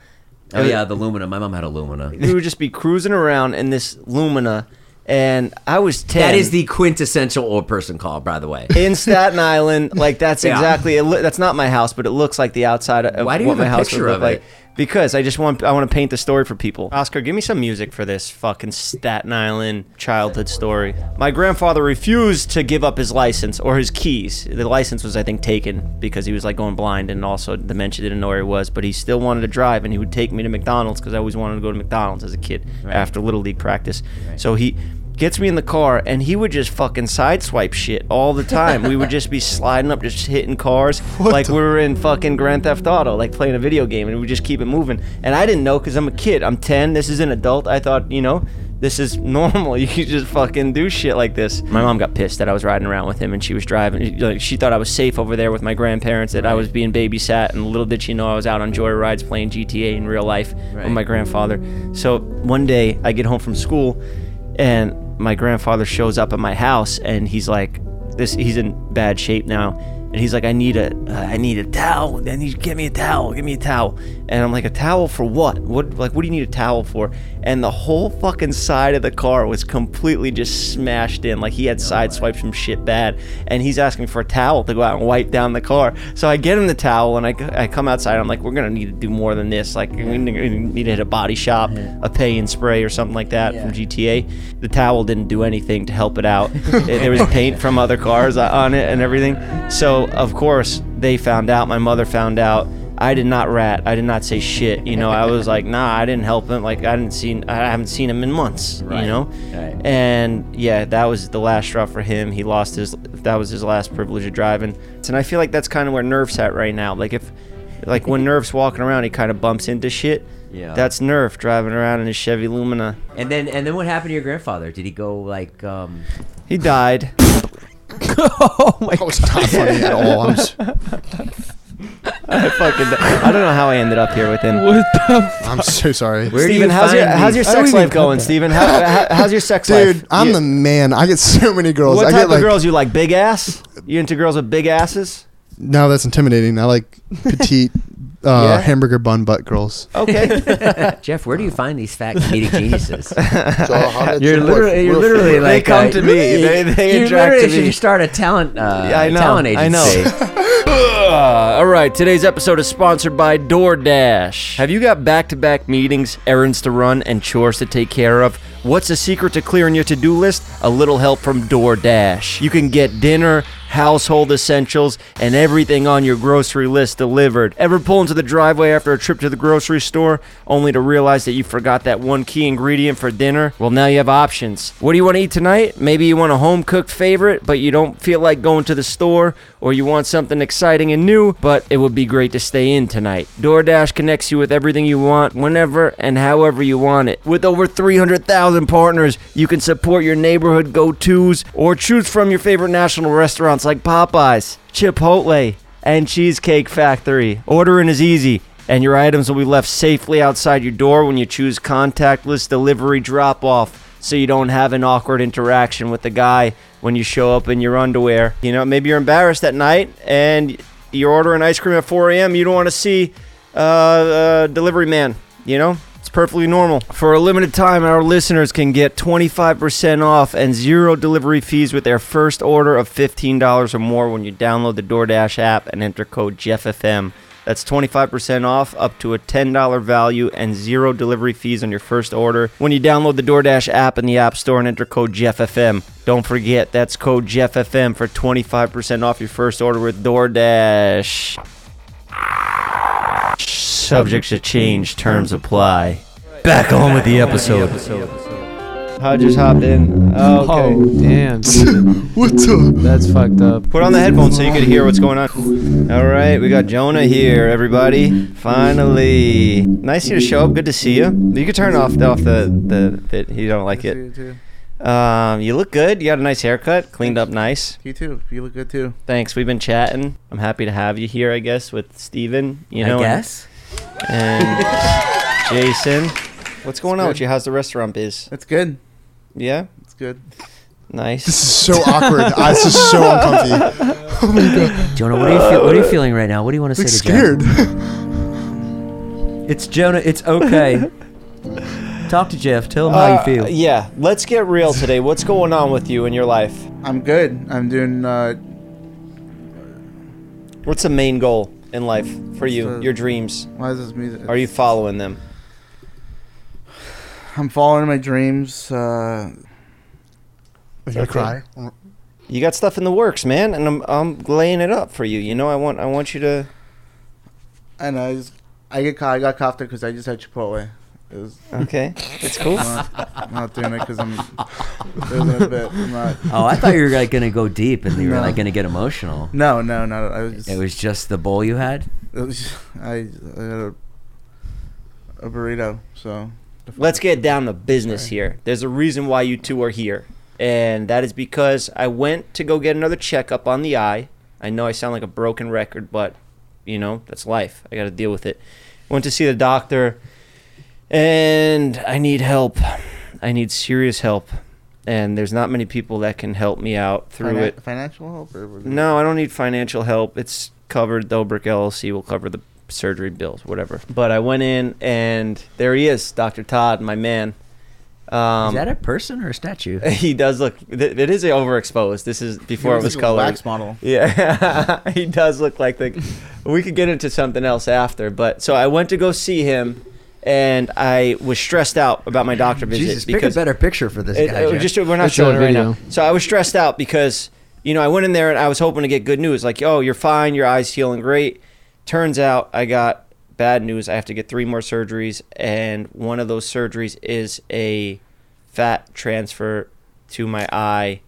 [SPEAKER 7] Oh
[SPEAKER 2] Uh,
[SPEAKER 7] yeah, the Lumina. My mom had a Lumina.
[SPEAKER 2] We would just be cruising around in this Lumina, and I was 10.
[SPEAKER 7] That is the quintessential old person call, by the way.
[SPEAKER 2] in Staten Island. Like that's
[SPEAKER 7] Yeah.
[SPEAKER 2] exactly it lo- that's not my house, but it looks like the outside of
[SPEAKER 7] Why do you
[SPEAKER 2] what
[SPEAKER 7] have a
[SPEAKER 2] my house
[SPEAKER 7] picture
[SPEAKER 2] would look
[SPEAKER 7] of it?
[SPEAKER 2] like. Because I just want I want to paint the story for people. Oscar, give me some music for this fucking Staten Island childhood story. My grandfather refused to give up his license or his keys. The license was I think taken because he was like going blind and also dementia didn't know where he was, but he still wanted to drive and he would take me to McDonald's because I always wanted to go to McDonald's as a kid after little league practice. So he gets me in the car and he would just fucking sideswipe shit all the time. we would just be sliding up, just hitting cars like we were in fucking Grand Theft Auto, like playing a video game, and we just keep it moving. And I didn't know because I'm a kid. I'm 10. This is an adult. I thought, you know, this is normal. You can just fucking do shit like this. My mom got pissed that I was riding around with him and she was driving. Like she thought I was safe over there with my grandparents, that I was being babysat, and little did she know I was out on joyrides playing GTA in real life with
[SPEAKER 7] Right.
[SPEAKER 2] my grandfather. So one day I get home from school and my grandfather shows up at my house and he's like this he's in bad shape now and he's like i need a uh, i need a towel then he get me a towel give me a towel and i'm like a towel for what what like what do you need a towel for and the whole fucking side of the car was completely just smashed in like he had side swipes from shit bad and he's asking for a towel to go out and wipe down the car so i get him the towel and i, c- I come outside i'm like we're gonna need to do more than this like we need we need to hit a body shop a pay and spray or something like that from gta the towel didn't do anything to help it out It- there was paint from other cars on it and everything so of course they found out my mother found out I did not rat. I did not say shit. You know, I was like, nah, I didn't help him. Like, I didn't see, I haven't seen him in months. You know,
[SPEAKER 7] Right.
[SPEAKER 2] and yeah, that was the last straw for him. He lost his. That was his last privilege of driving. And I feel like that's kind of where Nerf's at right now. Like if, like when Nerf's walking around, he kind of bumps into shit.
[SPEAKER 7] Yeah.
[SPEAKER 2] That's Nerf driving around in his Chevy Lumina.
[SPEAKER 7] And then and then what happened to your grandfather? Did he go like um
[SPEAKER 2] He died.
[SPEAKER 1] Oh, it's not funny at all. I'm just,
[SPEAKER 2] I fucking. di- I don't know how I ended up here with him.
[SPEAKER 3] What the?
[SPEAKER 1] I'm so sorry.
[SPEAKER 7] Where do
[SPEAKER 2] Steven,
[SPEAKER 7] you
[SPEAKER 2] how's your
[SPEAKER 7] find
[SPEAKER 2] how's your
[SPEAKER 7] these-
[SPEAKER 2] sex
[SPEAKER 3] even
[SPEAKER 2] life going, Steven? How, how, how's your sex life?
[SPEAKER 1] Dude, I'm
[SPEAKER 2] You-
[SPEAKER 1] the man. I get so many girls.
[SPEAKER 2] What
[SPEAKER 1] I
[SPEAKER 2] type
[SPEAKER 1] get
[SPEAKER 2] of
[SPEAKER 1] like
[SPEAKER 2] girls you like? Big ass? You into girls with big asses?
[SPEAKER 1] no, that's intimidating. I like petite uh,
[SPEAKER 2] Yeah?
[SPEAKER 1] hamburger bun butt girls.
[SPEAKER 2] Okay.
[SPEAKER 7] Jeff, where do you find these fat comedic geniuses?
[SPEAKER 2] You're literally, you're literally
[SPEAKER 7] like,
[SPEAKER 2] they come
[SPEAKER 7] uh,
[SPEAKER 2] to me. They, they
[SPEAKER 7] you
[SPEAKER 2] attract to
[SPEAKER 7] literally
[SPEAKER 2] me.
[SPEAKER 7] should start a talent uh
[SPEAKER 2] I know,
[SPEAKER 7] talent agency.
[SPEAKER 2] I know. Uh, all right, today's episode is sponsored by DoorDash. Have you got back to back meetings, errands to run, and chores to take care of? What's the secret to clearing your to do list? A little help from DoorDash. You can get dinner, household essentials, and everything on your grocery list delivered. Ever pull into the driveway after a trip to the grocery store only to realize that you forgot that one key ingredient for dinner? Well, now you have options. What do you want to eat tonight? Maybe you want a home cooked favorite, but you don't feel like going to the store, or you want something exciting and new, but it would be great to stay in tonight. DoorDash connects you with everything you want, whenever and however you want it. With over 300,000 partners, you can support your neighborhood go tos or choose from your favorite national restaurants like Popeyes, Chipotle, and Cheesecake Factory. Ordering is easy and your items will be left safely outside your door when you choose contactless delivery drop off so you don't have an awkward interaction with the guy when you show up in your underwear. You know, maybe you're embarrassed at night and you're ordering ice cream at 4 a.m. You don't want to see uh, uh, delivery man, you know? It's perfectly normal. For a limited time, our listeners can get 25% off and zero delivery fees with their first order of $15 or more when you download the DoorDash app and enter code JeffFM. That's 25% off up to a $10 value and zero delivery fees on your first order when you download the DoorDash app in the App Store and enter code JeffFM. Don't forget, that's code JeffFM for 25% off your first order with DoorDash. Subjects to change, terms apply. Back on with the episode. I just hopped in. Oh, okay.
[SPEAKER 3] Oh damn!
[SPEAKER 1] What's up?
[SPEAKER 3] That's fucked up.
[SPEAKER 2] Put on the headphones so you could hear what's going on. All right, we got Jonah here, everybody. Finally, nice of you to show up. Good to see you. You could turn off off the the, the you don't like it. Um, you look good. You got a nice haircut, cleaned up nice.
[SPEAKER 9] You too. You look good too.
[SPEAKER 2] Thanks. We've been chatting. I'm happy to have you here. I guess with Steven, you know,
[SPEAKER 7] I
[SPEAKER 2] and-
[SPEAKER 7] guess.
[SPEAKER 2] and Jason. What's going on with you? How's the restaurant biz?
[SPEAKER 9] That's good.
[SPEAKER 2] Yeah.
[SPEAKER 9] That's good.
[SPEAKER 1] This
[SPEAKER 2] Nice.
[SPEAKER 1] is so awkward. Ah, this is so uncomfy.
[SPEAKER 7] Jonah, what are you feel, what are you feeling right now? What do you want to
[SPEAKER 1] Like
[SPEAKER 7] say to
[SPEAKER 1] scared.
[SPEAKER 7] Jeff? It's Jonah. It's okay. Talk to Jeff. Tell him
[SPEAKER 2] Uh,
[SPEAKER 7] how you feel.
[SPEAKER 2] yeah, let's get real today. What's going on with you in your life?
[SPEAKER 9] I'm good. I'm doing. Uh,
[SPEAKER 2] What's the main goal in life for you?
[SPEAKER 9] So-
[SPEAKER 2] Your dreams?
[SPEAKER 9] why is this music?
[SPEAKER 2] Are you following them?
[SPEAKER 9] I'm following my dreams. Uh,
[SPEAKER 1] Like, I cry.
[SPEAKER 2] You got stuff in the works, man, and I'm I'm laying it up for you. You know, I want I want you to.
[SPEAKER 9] and I just, I get caught. I got coughed because I just had Chipotle. It was
[SPEAKER 2] Okay, it's cool.
[SPEAKER 9] I'm not, I'm not doing it because I'm. It was a bit. I'm not.
[SPEAKER 7] Oh, I thought you were like gonna go deep and you were
[SPEAKER 9] No.
[SPEAKER 7] like gonna get emotional.
[SPEAKER 9] No, no, no. I was. Just,
[SPEAKER 7] It was just the bowl you had.
[SPEAKER 9] It was, I, I had a, a burrito. So
[SPEAKER 2] Let's get down to business here. There's a reason why you two are here, and that is because I went to go get another checkup on the eye. I know I sound like a broken record, but you know that's life. I got to deal with it. Went to see the doctor, and I need help. I need serious help, and there's not many people that can help me out through
[SPEAKER 9] Finan-
[SPEAKER 2] it.
[SPEAKER 9] Financial help or was it-
[SPEAKER 2] No, I don't need financial help. It's covered. Dobrik LLC will cover the surgery bills, whatever. But I went in, and there he is, Dr. Todd, my man. Um,
[SPEAKER 7] Is that a person or a statue?
[SPEAKER 2] He does look. Th- it is overexposed. This is before it was
[SPEAKER 9] like a
[SPEAKER 2] colored.
[SPEAKER 9] Wax model.
[SPEAKER 2] Yeah, he does look like the. We could get into something else after, but so I went to go see him, and I was stressed out about my doctor visit
[SPEAKER 7] Jesus, pick a
[SPEAKER 2] because
[SPEAKER 7] better picture for this
[SPEAKER 2] it,
[SPEAKER 7] guy.
[SPEAKER 2] it was
[SPEAKER 7] Jeff.
[SPEAKER 2] just we're not
[SPEAKER 3] It's
[SPEAKER 2] showing
[SPEAKER 3] on
[SPEAKER 2] it right now.
[SPEAKER 3] video.
[SPEAKER 2] So I was stressed out because you know I went in there and I was hoping to get good news, like oh you're fine, your eyes healing great. Turns out I got bad news. I have to get three more surgeries, and one of those surgeries is a fat transfer to my eye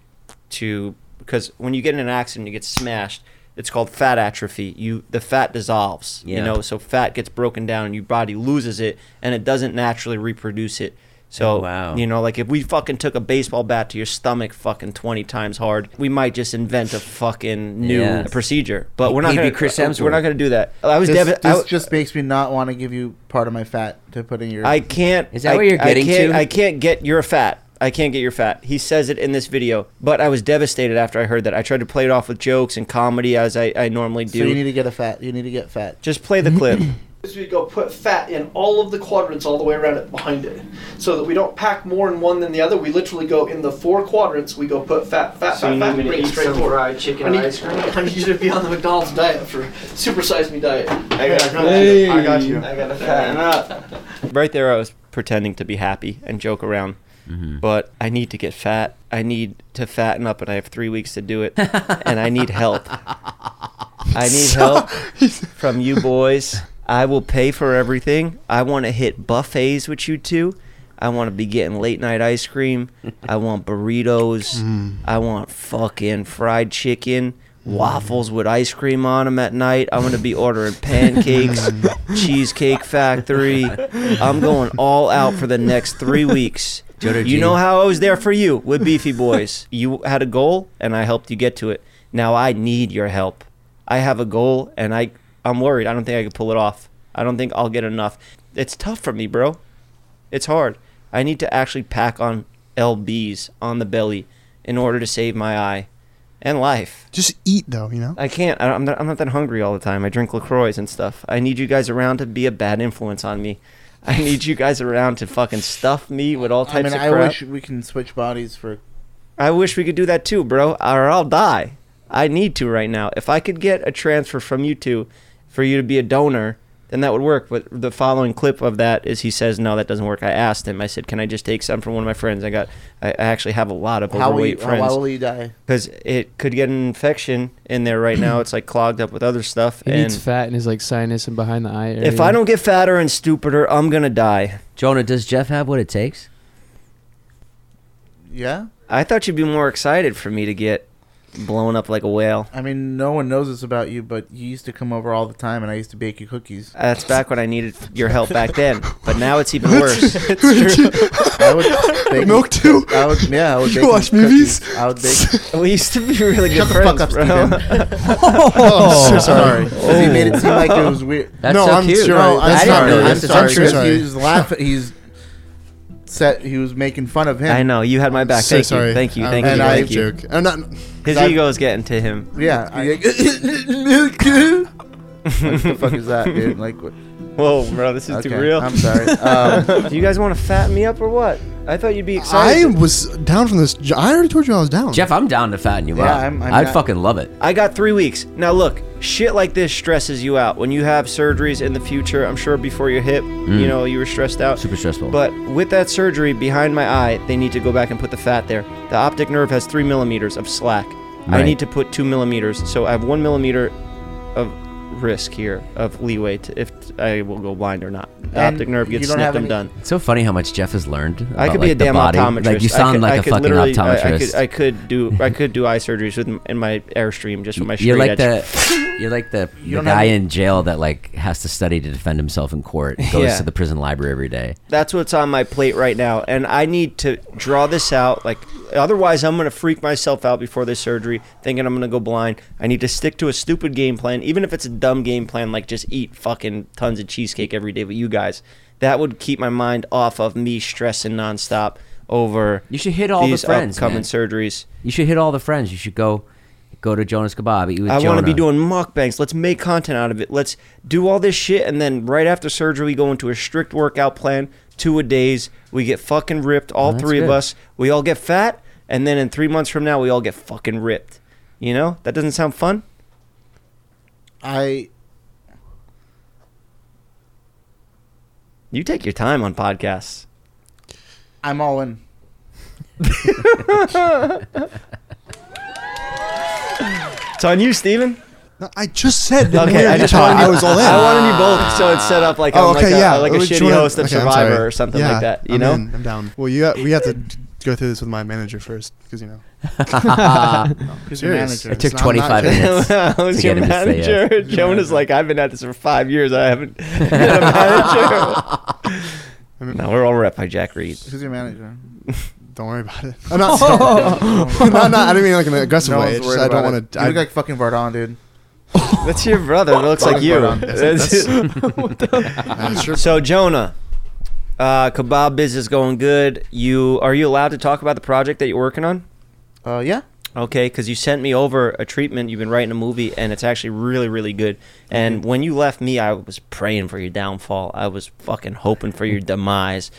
[SPEAKER 2] to because when you get in an accident you get smashed it's called fat atrophy you the fat dissolves you
[SPEAKER 7] Yeah.
[SPEAKER 2] know so fat gets broken down and your body loses it and it doesn't naturally reproduce it so
[SPEAKER 7] Oh, wow.
[SPEAKER 2] you know like if we fucking took a baseball bat to your stomach fucking 20 times hard we might just invent a fucking new
[SPEAKER 7] Yeah.
[SPEAKER 2] procedure but we're not
[SPEAKER 7] He'd be
[SPEAKER 2] gonna uh,
[SPEAKER 7] Chris
[SPEAKER 2] we're not
[SPEAKER 7] Hemsworth.
[SPEAKER 2] gonna do that i was
[SPEAKER 9] This,
[SPEAKER 2] devi- I
[SPEAKER 9] this
[SPEAKER 2] w-
[SPEAKER 9] just makes me not want to give you part of my fat to put in your.
[SPEAKER 2] I can't.
[SPEAKER 7] Is that
[SPEAKER 2] I-
[SPEAKER 7] what you're getting
[SPEAKER 2] I can't,
[SPEAKER 7] to?
[SPEAKER 2] I can't get your fat. I can't get your fat. He says it in this video, but I was devastated after I heard that. I tried to play it off with jokes and comedy as I, I normally
[SPEAKER 9] so you
[SPEAKER 2] do.
[SPEAKER 9] need to get a fat. You need to get fat.
[SPEAKER 2] Just play the clip.
[SPEAKER 10] is we go put fat in all of the quadrants all the way around it behind it so that we don't pack more in one than the other we literally go in the four quadrants we go put fat fat
[SPEAKER 8] So
[SPEAKER 10] fat
[SPEAKER 8] you need
[SPEAKER 10] fat
[SPEAKER 8] me to
[SPEAKER 10] bring it
[SPEAKER 8] eat
[SPEAKER 10] straight
[SPEAKER 8] some
[SPEAKER 10] forward.
[SPEAKER 8] fried chicken and
[SPEAKER 10] I need,
[SPEAKER 8] ice cream?
[SPEAKER 10] I need you to be on the McDonald's diet for supersize me diet I
[SPEAKER 8] got you.
[SPEAKER 10] I got you
[SPEAKER 8] I gotta fatten up.
[SPEAKER 2] right there, I was pretending to be happy and joke around,
[SPEAKER 7] Mm-hmm.
[SPEAKER 2] but I need to get fat. I need to fatten up, and I have three weeks to do it, and I need help. I need help from you boys. I will pay for everything. I want to hit buffets with you two. I want to be getting late night ice cream. I want burritos.
[SPEAKER 10] Mm-hmm.
[SPEAKER 1] Mm.
[SPEAKER 2] I want fucking fried chicken, waffles with ice cream on them at night. I'm going to be ordering pancakes, Cheesecake Factory. I'm going all out for the next three weeks.
[SPEAKER 7] Jodo
[SPEAKER 2] You
[SPEAKER 7] G.
[SPEAKER 2] know how I was there for you with Beefy Boys. You had a goal, and I helped you get to it. Now I need your help. I have a goal, and I I'm worried. I don't think I can pull it off. I don't think I'll get enough. It's tough for me, bro. It's hard. I need to actually pack on lbs on the belly in order to save my eye and life.
[SPEAKER 1] Just eat though, you know.
[SPEAKER 2] I can't. I- I'm not, I'm not that hungry all the time. I drink Lacroix and stuff. I need you guys around to be a bad influence on me. I need you guys around to fucking stuff me with all
[SPEAKER 9] I
[SPEAKER 2] types
[SPEAKER 9] mean,
[SPEAKER 2] of
[SPEAKER 9] I
[SPEAKER 2] crap.
[SPEAKER 9] wish we can switch bodies for.
[SPEAKER 2] I wish we could do that too, bro, or I'll die. I need to right now. If I could get a transfer from you two for you to be a donor, then that would work. But the following clip of that is he says, No, that doesn't work. I asked him, I said, Can I just take some from one of my friends? I got, I I actually have a lot of
[SPEAKER 9] How will you,
[SPEAKER 2] overweight
[SPEAKER 9] how, why
[SPEAKER 2] friends.
[SPEAKER 9] will you die?
[SPEAKER 2] Because it could get an infection in there right now. It's like clogged up with other stuff.
[SPEAKER 3] He
[SPEAKER 2] and
[SPEAKER 3] needs fat in his like sinus and behind the eye area.
[SPEAKER 2] if I don't get fatter and stupider, I'm going to die.
[SPEAKER 7] Jonah, does Jeff have what it takes?
[SPEAKER 9] Yeah.
[SPEAKER 2] I thought you'd be more excited for me to get blown up like a whale.
[SPEAKER 9] I mean, no one knows this about you, but you used to come over all the time, and I used to bake you cookies.
[SPEAKER 2] That's back when I needed your help back then, but now it's even worse.
[SPEAKER 9] I would bake
[SPEAKER 1] Milk too?
[SPEAKER 9] I would, yeah. I would
[SPEAKER 1] You
[SPEAKER 9] bake
[SPEAKER 1] watch
[SPEAKER 9] cookies.
[SPEAKER 1] movies?
[SPEAKER 9] I would bake.
[SPEAKER 2] We used to be really good
[SPEAKER 9] Shut the
[SPEAKER 2] friends,
[SPEAKER 9] fuck up,
[SPEAKER 2] bro.
[SPEAKER 9] Steven.
[SPEAKER 1] Oh, I'm so
[SPEAKER 9] sorry.
[SPEAKER 1] sorry.
[SPEAKER 9] 'Cause He made it seem like it was weird.
[SPEAKER 7] That's
[SPEAKER 1] no,
[SPEAKER 7] so
[SPEAKER 1] I'm
[SPEAKER 7] cute.
[SPEAKER 1] You're right.
[SPEAKER 9] No,
[SPEAKER 1] That's
[SPEAKER 9] I'm
[SPEAKER 7] I didn't
[SPEAKER 9] sorry.
[SPEAKER 7] know
[SPEAKER 9] I'm
[SPEAKER 7] this. It's
[SPEAKER 9] sorry.
[SPEAKER 1] untrue.
[SPEAKER 9] He's laughing. He's set, he was making fun of him.
[SPEAKER 2] I know you had my back.
[SPEAKER 1] So
[SPEAKER 2] Thank
[SPEAKER 1] sorry.
[SPEAKER 2] you. Thank you.
[SPEAKER 1] Um,
[SPEAKER 2] Thank
[SPEAKER 1] and
[SPEAKER 2] you.
[SPEAKER 1] I
[SPEAKER 2] Thank you.
[SPEAKER 1] joke. I'm not-
[SPEAKER 2] His
[SPEAKER 9] I-
[SPEAKER 2] ego's getting to him.
[SPEAKER 9] Yeah. I, like, what the fuck is that, dude? Like, what-
[SPEAKER 2] Whoa, bro, this is too
[SPEAKER 9] Okay,
[SPEAKER 2] real.
[SPEAKER 9] I'm sorry. Um,
[SPEAKER 2] Do you guys want to fat me up or what? I thought you'd be
[SPEAKER 1] I
[SPEAKER 2] excited.
[SPEAKER 1] was down from this. I already told you I was down.
[SPEAKER 7] Jeff, I'm down to fatten you
[SPEAKER 9] Yeah,
[SPEAKER 7] up.
[SPEAKER 9] I'm- I'm
[SPEAKER 7] I'd
[SPEAKER 9] not-
[SPEAKER 7] fucking love it.
[SPEAKER 2] I got three weeks. Now look, shit like this stresses you out. When you have surgeries in the future, I'm sure before your hip, you know, you were stressed out.
[SPEAKER 7] Mm. Super stressful.
[SPEAKER 2] But with that surgery behind my eye, they need to go back and put the fat there. The optic nerve has three millimeters of slack. I
[SPEAKER 7] Right.
[SPEAKER 2] need to put two millimeters, so I have one millimeter of risk here of leeway to if I will go blind or not. The
[SPEAKER 9] And
[SPEAKER 2] optic nerve
[SPEAKER 9] you
[SPEAKER 2] gets
[SPEAKER 9] don't
[SPEAKER 2] snipped.
[SPEAKER 9] have
[SPEAKER 2] I'm
[SPEAKER 9] any-
[SPEAKER 2] done.
[SPEAKER 7] it's so funny how much Jeff has learned. About,
[SPEAKER 2] I could
[SPEAKER 7] like,
[SPEAKER 2] be a
[SPEAKER 7] the
[SPEAKER 2] damn
[SPEAKER 7] body.
[SPEAKER 2] optometrist.
[SPEAKER 7] Like you
[SPEAKER 2] I
[SPEAKER 7] sound
[SPEAKER 2] could-
[SPEAKER 7] like
[SPEAKER 2] I
[SPEAKER 7] a
[SPEAKER 2] could
[SPEAKER 7] fucking
[SPEAKER 2] literally- I-
[SPEAKER 7] optometrist.
[SPEAKER 2] I could, I could do I could do eye surgeries with m- in my airstream just with my straight
[SPEAKER 7] you're like
[SPEAKER 2] edge.
[SPEAKER 7] the you're like the, the
[SPEAKER 9] don't have
[SPEAKER 7] guy
[SPEAKER 9] any-
[SPEAKER 7] in jail that like has to study to defend himself in court. and Goes
[SPEAKER 2] Yeah.
[SPEAKER 7] to the prison library every day.
[SPEAKER 2] That's what's on my plate right now, and I need to draw this out. Like otherwise, I'm gonna freak myself out before this surgery, thinking I'm gonna go blind. I need to stick to a stupid game plan, even if it's a dumb game plan, like just eat fucking tons of cheesecake every day with you guys. That would keep my mind off of me stressing nonstop over
[SPEAKER 7] You should hit all the
[SPEAKER 2] these
[SPEAKER 7] friends,
[SPEAKER 2] upcoming
[SPEAKER 7] man.
[SPEAKER 2] surgeries.
[SPEAKER 7] You should hit all the friends. You should go go to Jonas Kebab. Eat with
[SPEAKER 2] I want to be
[SPEAKER 7] Jonah.
[SPEAKER 2] doing mukbangs. Let's make content out of it. Let's do all this shit, and then right after surgery, we go into a strict workout plan, two a days. We get fucking ripped, all
[SPEAKER 7] that's
[SPEAKER 2] three of
[SPEAKER 7] good.
[SPEAKER 2] us. We all get fat, and then in three months from now, we all get fucking ripped. You know that doesn't sound fun.
[SPEAKER 9] I
[SPEAKER 2] You take your time on podcasts.
[SPEAKER 9] I'm all in.
[SPEAKER 2] It's on you, Steven.
[SPEAKER 1] No, I just said. that
[SPEAKER 2] Okay, I
[SPEAKER 1] you
[SPEAKER 2] just
[SPEAKER 1] thought
[SPEAKER 2] wanted
[SPEAKER 1] I was all in.
[SPEAKER 2] I wanted you both, so it's set up like
[SPEAKER 1] Oh,
[SPEAKER 2] I'm
[SPEAKER 1] okay,
[SPEAKER 2] like a,
[SPEAKER 1] yeah.
[SPEAKER 2] like a
[SPEAKER 1] Which
[SPEAKER 2] shitty
[SPEAKER 1] one-
[SPEAKER 2] host of
[SPEAKER 1] okay, I'm
[SPEAKER 2] Survivor
[SPEAKER 1] sorry.
[SPEAKER 2] or something
[SPEAKER 1] Yeah,
[SPEAKER 2] like that. You
[SPEAKER 1] I'm
[SPEAKER 2] know,
[SPEAKER 1] in, I'm down. Well, you got, we have to go through this with my manager first because you know.
[SPEAKER 9] Who's your
[SPEAKER 1] Serious.
[SPEAKER 9] manager?
[SPEAKER 7] It took
[SPEAKER 1] It's not-
[SPEAKER 7] 25
[SPEAKER 1] not-
[SPEAKER 7] minutes. to
[SPEAKER 2] Who's your
[SPEAKER 7] get him to say
[SPEAKER 2] manager? Jonah's like, I've been at this for five years. I haven't had a manager. no, we're all rep by Jack Reed.
[SPEAKER 9] Who's your manager?
[SPEAKER 1] Don't worry about it. I'm not. no, no, I didn't mean like in an aggressive way. It's just I don't want to.
[SPEAKER 9] You look like fucking Vardon, dude.
[SPEAKER 2] That's your brother. It looks like you.
[SPEAKER 9] Hold on.
[SPEAKER 2] so Jonah, uh, kebab biz is going good. You are you allowed to talk about the project that you're working on?
[SPEAKER 9] Uh, yeah.
[SPEAKER 2] Okay, because you sent me over a treatment. You've been writing a movie, and it's actually really, really good. And when you left me, I was praying for your downfall. I was fucking hoping for your demise.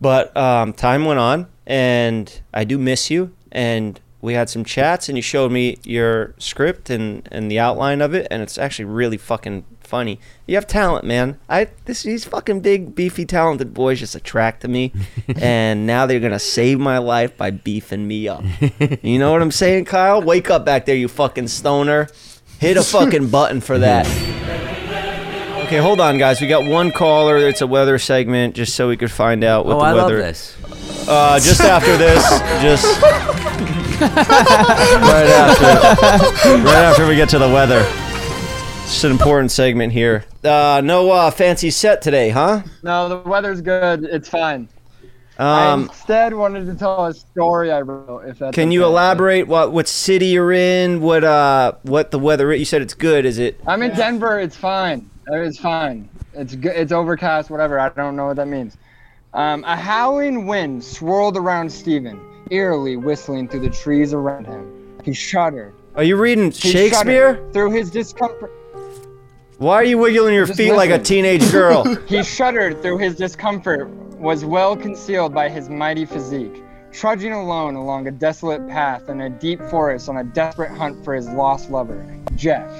[SPEAKER 2] But um, time went on, and I do miss you. And we had some chats, and you showed me your script and, and the outline of it, and it's actually really fucking funny. You have talent, man. I this these fucking big, beefy, talented boys just attract to me, and now they're gonna save my life by beefing me up. You know what I'm saying, Kyle? Wake up back there, you fucking stoner. Hit a fucking button for that. Okay, hold on, guys. We got one caller. It's a weather segment, just so we could find out what
[SPEAKER 7] Oh,
[SPEAKER 2] the
[SPEAKER 7] I love
[SPEAKER 2] weather.
[SPEAKER 7] this.
[SPEAKER 2] Uh, just after this, just right after, right after we get to the weather. It's an important segment here. Uh, no uh, fancy set today, huh?
[SPEAKER 11] No, the weather's good. It's fine. I
[SPEAKER 2] Um,
[SPEAKER 11] instead wanted to tell a story I wrote. If that's
[SPEAKER 2] can you
[SPEAKER 11] okay.
[SPEAKER 2] elaborate what what city you're in? What uh what the weather? You said it's good. Is it
[SPEAKER 11] I'm in Denver. It's fine. It's fine. It's good. It's overcast. Whatever. I don't know what that means. Um, a howling wind swirled around Stephen, eerily whistling through the trees around him. He shuddered.
[SPEAKER 2] Are you reading
[SPEAKER 11] He
[SPEAKER 2] Shakespeare?
[SPEAKER 11] shuddered through his discomfort.
[SPEAKER 2] Why are you wiggling your
[SPEAKER 11] Just
[SPEAKER 2] feet like a
[SPEAKER 11] listen.
[SPEAKER 2] teenage girl?
[SPEAKER 11] He shuddered through his discomfort, was well concealed by his mighty physique, trudging alone along a desolate path in a deep forest on a desperate hunt for his lost lover, Jeff,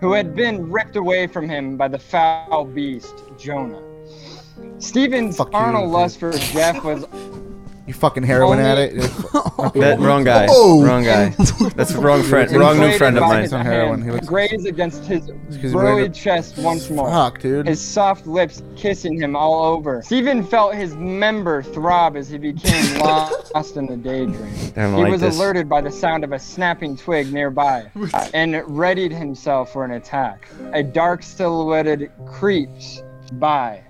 [SPEAKER 11] who had been ripped away from him by the foul beast, Jonah. Stephen's
[SPEAKER 9] Fuck you,
[SPEAKER 11] carnal
[SPEAKER 9] dude.
[SPEAKER 11] lust for Jeff was
[SPEAKER 9] You fucking heroin
[SPEAKER 11] Only-
[SPEAKER 9] addict.
[SPEAKER 2] that wrong guy.
[SPEAKER 1] Oh.
[SPEAKER 2] Wrong guy. That's the wrong friend. Wrong new
[SPEAKER 11] inflated
[SPEAKER 2] friend of
[SPEAKER 11] by
[SPEAKER 2] mine.
[SPEAKER 11] his
[SPEAKER 9] On heroin, he
[SPEAKER 11] hand,
[SPEAKER 9] looks-
[SPEAKER 11] graze against his
[SPEAKER 9] Excuse me,
[SPEAKER 11] burly
[SPEAKER 9] wait a-
[SPEAKER 11] chest once more.
[SPEAKER 9] Fuck, dude.
[SPEAKER 11] his soft lips kissing him all over. Stephen felt his member throb as he became lost in the daydream.
[SPEAKER 2] I don't
[SPEAKER 11] he
[SPEAKER 2] like
[SPEAKER 11] was
[SPEAKER 2] this.
[SPEAKER 11] alerted by the sound of a snapping twig nearby uh, and readied himself for an attack. A dark silhouetted creeps by.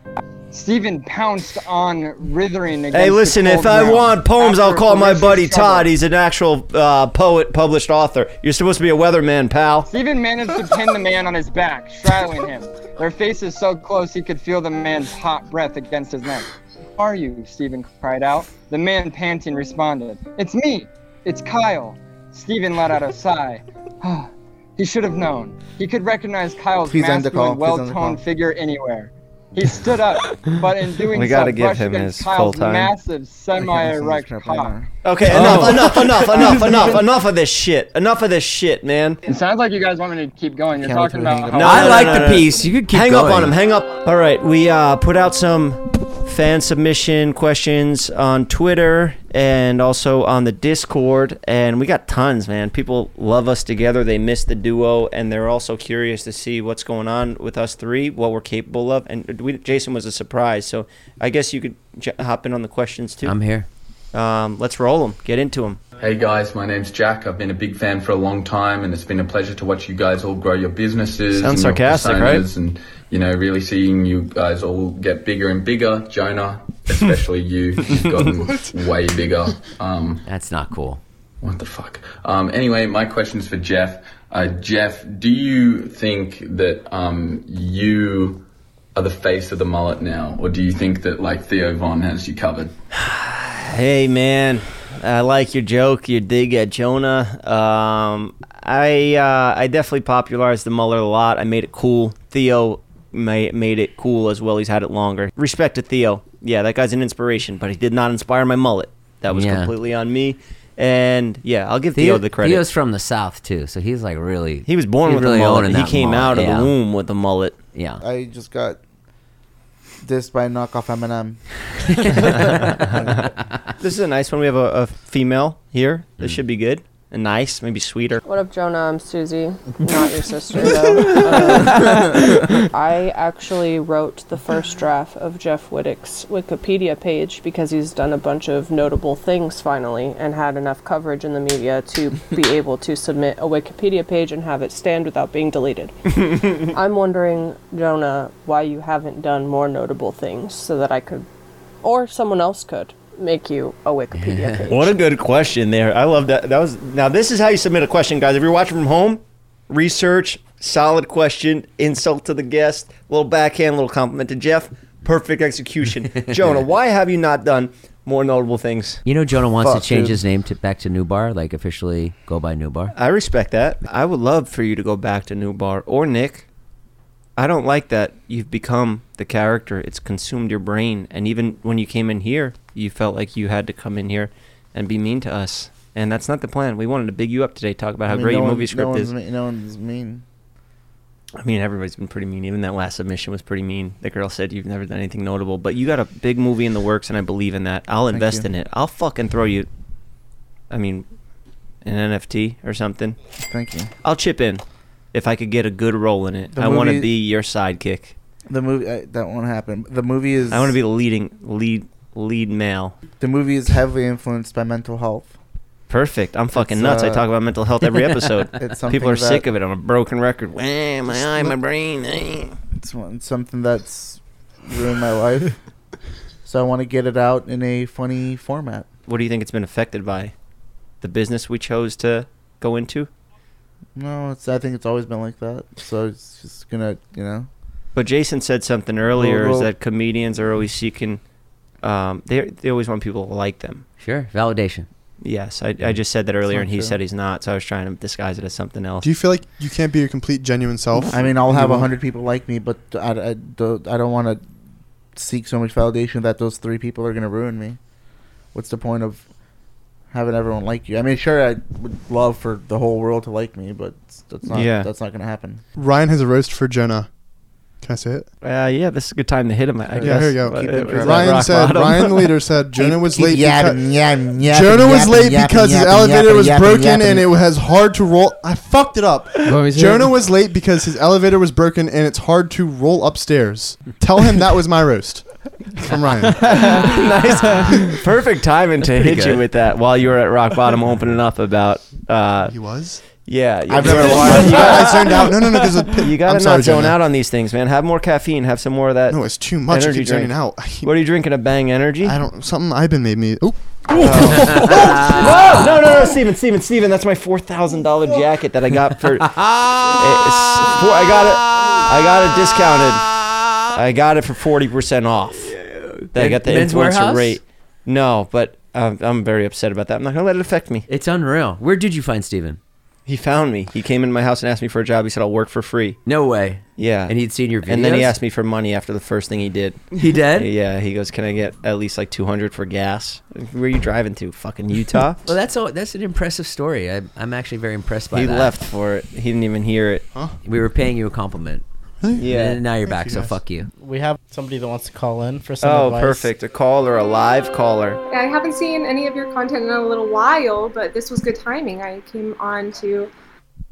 [SPEAKER 11] Stephen pounced on, writhing against
[SPEAKER 2] Hey,
[SPEAKER 11] the
[SPEAKER 2] listen,
[SPEAKER 11] cold
[SPEAKER 2] if I
[SPEAKER 11] ground.
[SPEAKER 2] want poems,
[SPEAKER 11] After
[SPEAKER 2] I'll
[SPEAKER 11] a
[SPEAKER 2] call my
[SPEAKER 11] ferocious
[SPEAKER 2] buddy
[SPEAKER 11] struggle,
[SPEAKER 2] Todd. He's an actual uh, poet, published author. You're supposed to be a weatherman, pal.
[SPEAKER 11] Stephen managed to pin the man on his back, straddling him. Their faces so close he could feel the man's hot breath against his neck. are you? Stephen cried out. The man, panting, responded, It's me! It's Kyle! Stephen let out a sigh. he should have known. He could recognize Kyle's
[SPEAKER 9] Please end the call.
[SPEAKER 11] masculine,
[SPEAKER 9] Please end
[SPEAKER 11] well
[SPEAKER 9] the call.
[SPEAKER 11] toned figure anywhere. He stood up, but in doing
[SPEAKER 2] We
[SPEAKER 11] so,
[SPEAKER 2] gotta give
[SPEAKER 11] brushed
[SPEAKER 2] him
[SPEAKER 11] against
[SPEAKER 2] his full
[SPEAKER 11] Kyle's
[SPEAKER 2] time.
[SPEAKER 11] massive semi erect cock.
[SPEAKER 2] Okay,
[SPEAKER 11] Oh.
[SPEAKER 2] enough, enough, enough, enough, enough, enough of this shit. Enough of this shit, man.
[SPEAKER 11] It sounds like you guys want me to keep going. You're
[SPEAKER 2] Can't
[SPEAKER 11] talking
[SPEAKER 2] wait till we
[SPEAKER 11] about
[SPEAKER 2] hang up. No, no, no, no, no. Hang up on him. Hang up. All right, we uh, put out some fan submission questions on Twitter and also on the Discord, and we got tons, man. People love us together. They miss the duo, and they're also curious to see what's going on with us three, what we're capable of. And we, Jason was a surprise, so I guess you could j- hop in on the questions too.
[SPEAKER 7] I'm here.
[SPEAKER 2] Um, let's roll them. Get into them.
[SPEAKER 12] Hey guys, my name's Jack. I've been a big fan for a long time, and it's been a pleasure to watch you guys all grow your businesses.
[SPEAKER 2] Sounds
[SPEAKER 12] and your
[SPEAKER 2] sarcastic,
[SPEAKER 12] personas And you know, really seeing you guys all get bigger and bigger. Jonah, especially you, you've gotten way bigger. Um,
[SPEAKER 7] That's not cool.
[SPEAKER 12] What the fuck? Um, anyway, my question's for Jeff. Uh, Jeff, do you think that um, you are the face of the mullet now, or do you think that like Theo Von has you covered?
[SPEAKER 2] Hey man, I like your joke, your dig at Jonah. Um, I uh, I definitely popularized the Muller a lot. I made it cool. Theo ma- made it cool as well. He's had it longer. Respect to Theo. Yeah, that guy's an inspiration, but he did not inspire my mullet. That was
[SPEAKER 7] Yeah.
[SPEAKER 2] completely on me. And yeah, I'll give Theo, the credit.
[SPEAKER 7] Theo's from the south too, so he's like really.
[SPEAKER 2] he was born
[SPEAKER 7] he's
[SPEAKER 2] with
[SPEAKER 7] really
[SPEAKER 2] a mullet.
[SPEAKER 7] owning
[SPEAKER 2] He
[SPEAKER 7] that
[SPEAKER 2] came
[SPEAKER 7] mullet,
[SPEAKER 2] out of
[SPEAKER 7] yeah.
[SPEAKER 2] the womb with a mullet.
[SPEAKER 7] Yeah.
[SPEAKER 9] I just got this by knockoff Eminem.
[SPEAKER 2] this is a nice one. We have a, a female here.
[SPEAKER 7] Hmm.
[SPEAKER 2] This should be good. And nice, maybe sweeter.
[SPEAKER 13] What up, Jonah? I'm Susie. Not your sister, though. Uh, I actually wrote the first draft of Jeff Wittick's Wikipedia page because he's done a bunch of notable things finally and had enough coverage in the media to be able to submit a Wikipedia page and have it stand without being deleted. I'm wondering, Jonah, why you haven't done more notable things so that I could, or someone else could, make you a Wikipedia page.
[SPEAKER 2] What a good question there. I love that. That was now. This is how you submit a question, guys. If you're watching from home, research, solid question, insult to the guest, little backhand, little compliment to Jeff. Perfect execution. Jonah, why have you not done more notable things?
[SPEAKER 7] You know, Jonah wants
[SPEAKER 2] Fuck,
[SPEAKER 7] to change
[SPEAKER 2] dude.
[SPEAKER 7] his name to back to New Bar, like officially go by New Bar.
[SPEAKER 2] I respect that. I would love for you to go back to New Bar or Nick. I don't like that you've become the character. It's consumed your brain. And even when you came in here, you felt like you had to come in here and be mean to us. And that's not the plan. We wanted to big you up today, talk about how
[SPEAKER 9] I mean,
[SPEAKER 2] great
[SPEAKER 9] no
[SPEAKER 2] your
[SPEAKER 9] one-
[SPEAKER 2] movie script
[SPEAKER 9] no
[SPEAKER 2] is.
[SPEAKER 9] One's, mean- no one's mean.
[SPEAKER 2] I mean, everybody's been pretty mean. Even that last submission was pretty mean. The girl said you've never done anything notable, but you got a big movie in the works, and I believe in that. I'll
[SPEAKER 9] Thank
[SPEAKER 2] invest
[SPEAKER 9] you.
[SPEAKER 2] in it. I'll fucking throw you. I mean, an NFT or something.
[SPEAKER 9] Thank you.
[SPEAKER 2] I'll chip in if I could get a good role in it.
[SPEAKER 9] The
[SPEAKER 2] I want to
[SPEAKER 9] movie-
[SPEAKER 2] be your sidekick.
[SPEAKER 9] The movie uh, that won't happen. The movie is.
[SPEAKER 2] I want to be the leading lead lead male.
[SPEAKER 9] The movie is heavily influenced by mental health.
[SPEAKER 2] Perfect. I'm fucking
[SPEAKER 9] It's,
[SPEAKER 2] nuts. I
[SPEAKER 9] uh,
[SPEAKER 2] talk about mental health every episode.
[SPEAKER 9] It's
[SPEAKER 2] People are
[SPEAKER 9] something
[SPEAKER 2] sick
[SPEAKER 9] that-
[SPEAKER 2] of it. I'm a broken record. Wah,
[SPEAKER 9] Just
[SPEAKER 2] my eye, my
[SPEAKER 9] look-
[SPEAKER 2] brain. eh.
[SPEAKER 9] It's one- it's something that's ruined my life. So I want to get it out in a funny format.
[SPEAKER 2] What do you think it's been affected by? The business we chose to go into.
[SPEAKER 9] No, it's. I think it's always been like that. So it's just gonna, you know.
[SPEAKER 2] But Jason said something earlier
[SPEAKER 9] Well,
[SPEAKER 2] is
[SPEAKER 9] well-
[SPEAKER 2] that comedians are always seeking, um, they they always want people to like them.
[SPEAKER 7] Sure, validation.
[SPEAKER 2] Yes, I, I just said that earlier,
[SPEAKER 9] not
[SPEAKER 2] and he
[SPEAKER 9] true.
[SPEAKER 2] said he's not. So I was trying to disguise it as something else.
[SPEAKER 1] Do you feel like you can't be your complete genuine self?
[SPEAKER 9] I mean, I'll have
[SPEAKER 1] You
[SPEAKER 9] a
[SPEAKER 1] won't-
[SPEAKER 9] hundred people like me, but I, I, don't- I don't want to seek so much validation that those three people are going to ruin me. What's the point of having everyone like you? I mean, sure, I would love for the whole world to like me, but that's not
[SPEAKER 2] Yeah.
[SPEAKER 9] that's not going to happen.
[SPEAKER 1] Ryan has a roast for Jenna. Can I say it?
[SPEAKER 2] Uh, yeah, this is a good time to hit him. I I
[SPEAKER 1] yeah,
[SPEAKER 2] guess.
[SPEAKER 1] here you go.
[SPEAKER 2] But it was at
[SPEAKER 1] Ryan
[SPEAKER 2] rock
[SPEAKER 1] said.
[SPEAKER 2] bottom.
[SPEAKER 1] Ryan, the leader, said Jonah was
[SPEAKER 9] Keep
[SPEAKER 1] late.
[SPEAKER 9] yapping,
[SPEAKER 1] because-
[SPEAKER 9] yapping, yapping,
[SPEAKER 1] Jonah was
[SPEAKER 9] yapping,
[SPEAKER 1] late
[SPEAKER 9] yapping,
[SPEAKER 1] because his
[SPEAKER 9] yapping,
[SPEAKER 1] elevator
[SPEAKER 9] yapping,
[SPEAKER 1] was
[SPEAKER 9] yapping,
[SPEAKER 1] broken
[SPEAKER 9] yapping.
[SPEAKER 1] and it was hard to roll. I fucked it up.
[SPEAKER 3] want me to say
[SPEAKER 1] Jonah
[SPEAKER 3] it?
[SPEAKER 1] was late because his elevator was broken and it's hard to roll upstairs. Tell him that was my roast from Ryan.
[SPEAKER 2] nice, perfect timing to hit
[SPEAKER 1] pretty
[SPEAKER 2] you
[SPEAKER 1] good.
[SPEAKER 2] with that while you were at rock bottom, opening up about. Uh,
[SPEAKER 1] he was.
[SPEAKER 2] Yeah, yeah.
[SPEAKER 1] I've never lied. You guys zoned out. No, no, no, 'cause it-
[SPEAKER 2] You gotta
[SPEAKER 1] I'm
[SPEAKER 2] not
[SPEAKER 1] sorry,
[SPEAKER 2] zone
[SPEAKER 1] Jonah.
[SPEAKER 2] out on these things, man. Have more caffeine. Have some more of that.
[SPEAKER 1] No, it's too much. I
[SPEAKER 2] Energy
[SPEAKER 1] keep zoning
[SPEAKER 2] drink.
[SPEAKER 1] out.
[SPEAKER 2] What are you drinking? A Bang Energy?
[SPEAKER 1] I don't. Something Ivan made me. Oh.
[SPEAKER 2] no, no, no, no, Steven, Steven, Steven. That's my four thousand dollar jacket that I got for. it's- I got it. I got it discounted. I got it for forty percent off. that I got the
[SPEAKER 7] Men's
[SPEAKER 2] influencer
[SPEAKER 7] Warehouse?
[SPEAKER 2] rate. No, but um, I'm very upset about that. I'm not gonna let it affect me.
[SPEAKER 7] It's unreal. Where did you find Steven?
[SPEAKER 2] He found me. He came in my house and asked me for a job. He said I'll work for free.
[SPEAKER 7] No way.
[SPEAKER 2] Yeah.
[SPEAKER 7] And he'd seen your
[SPEAKER 2] And then he
[SPEAKER 7] videos?
[SPEAKER 2] asked me for money after the first thing he did.
[SPEAKER 7] He did?
[SPEAKER 2] Yeah. He goes, "Can I get at least like 200 for gas? Where are you driving to? Fucking Utah."
[SPEAKER 7] Well, that's all, that's an impressive story. I, I'm actually very impressed by
[SPEAKER 2] he
[SPEAKER 7] that.
[SPEAKER 2] left for it. He didn't even hear it.
[SPEAKER 7] We were paying you a compliment.
[SPEAKER 2] Yeah.
[SPEAKER 7] And now you're
[SPEAKER 2] Thank
[SPEAKER 7] back,
[SPEAKER 2] you,
[SPEAKER 7] so
[SPEAKER 2] guys.
[SPEAKER 7] fuck you.
[SPEAKER 4] We have somebody that wants to call in for some
[SPEAKER 2] Oh,
[SPEAKER 4] advice.
[SPEAKER 2] perfect. A caller, a live caller.
[SPEAKER 14] I haven't seen any of your content in a little while, but this was good timing. I came on to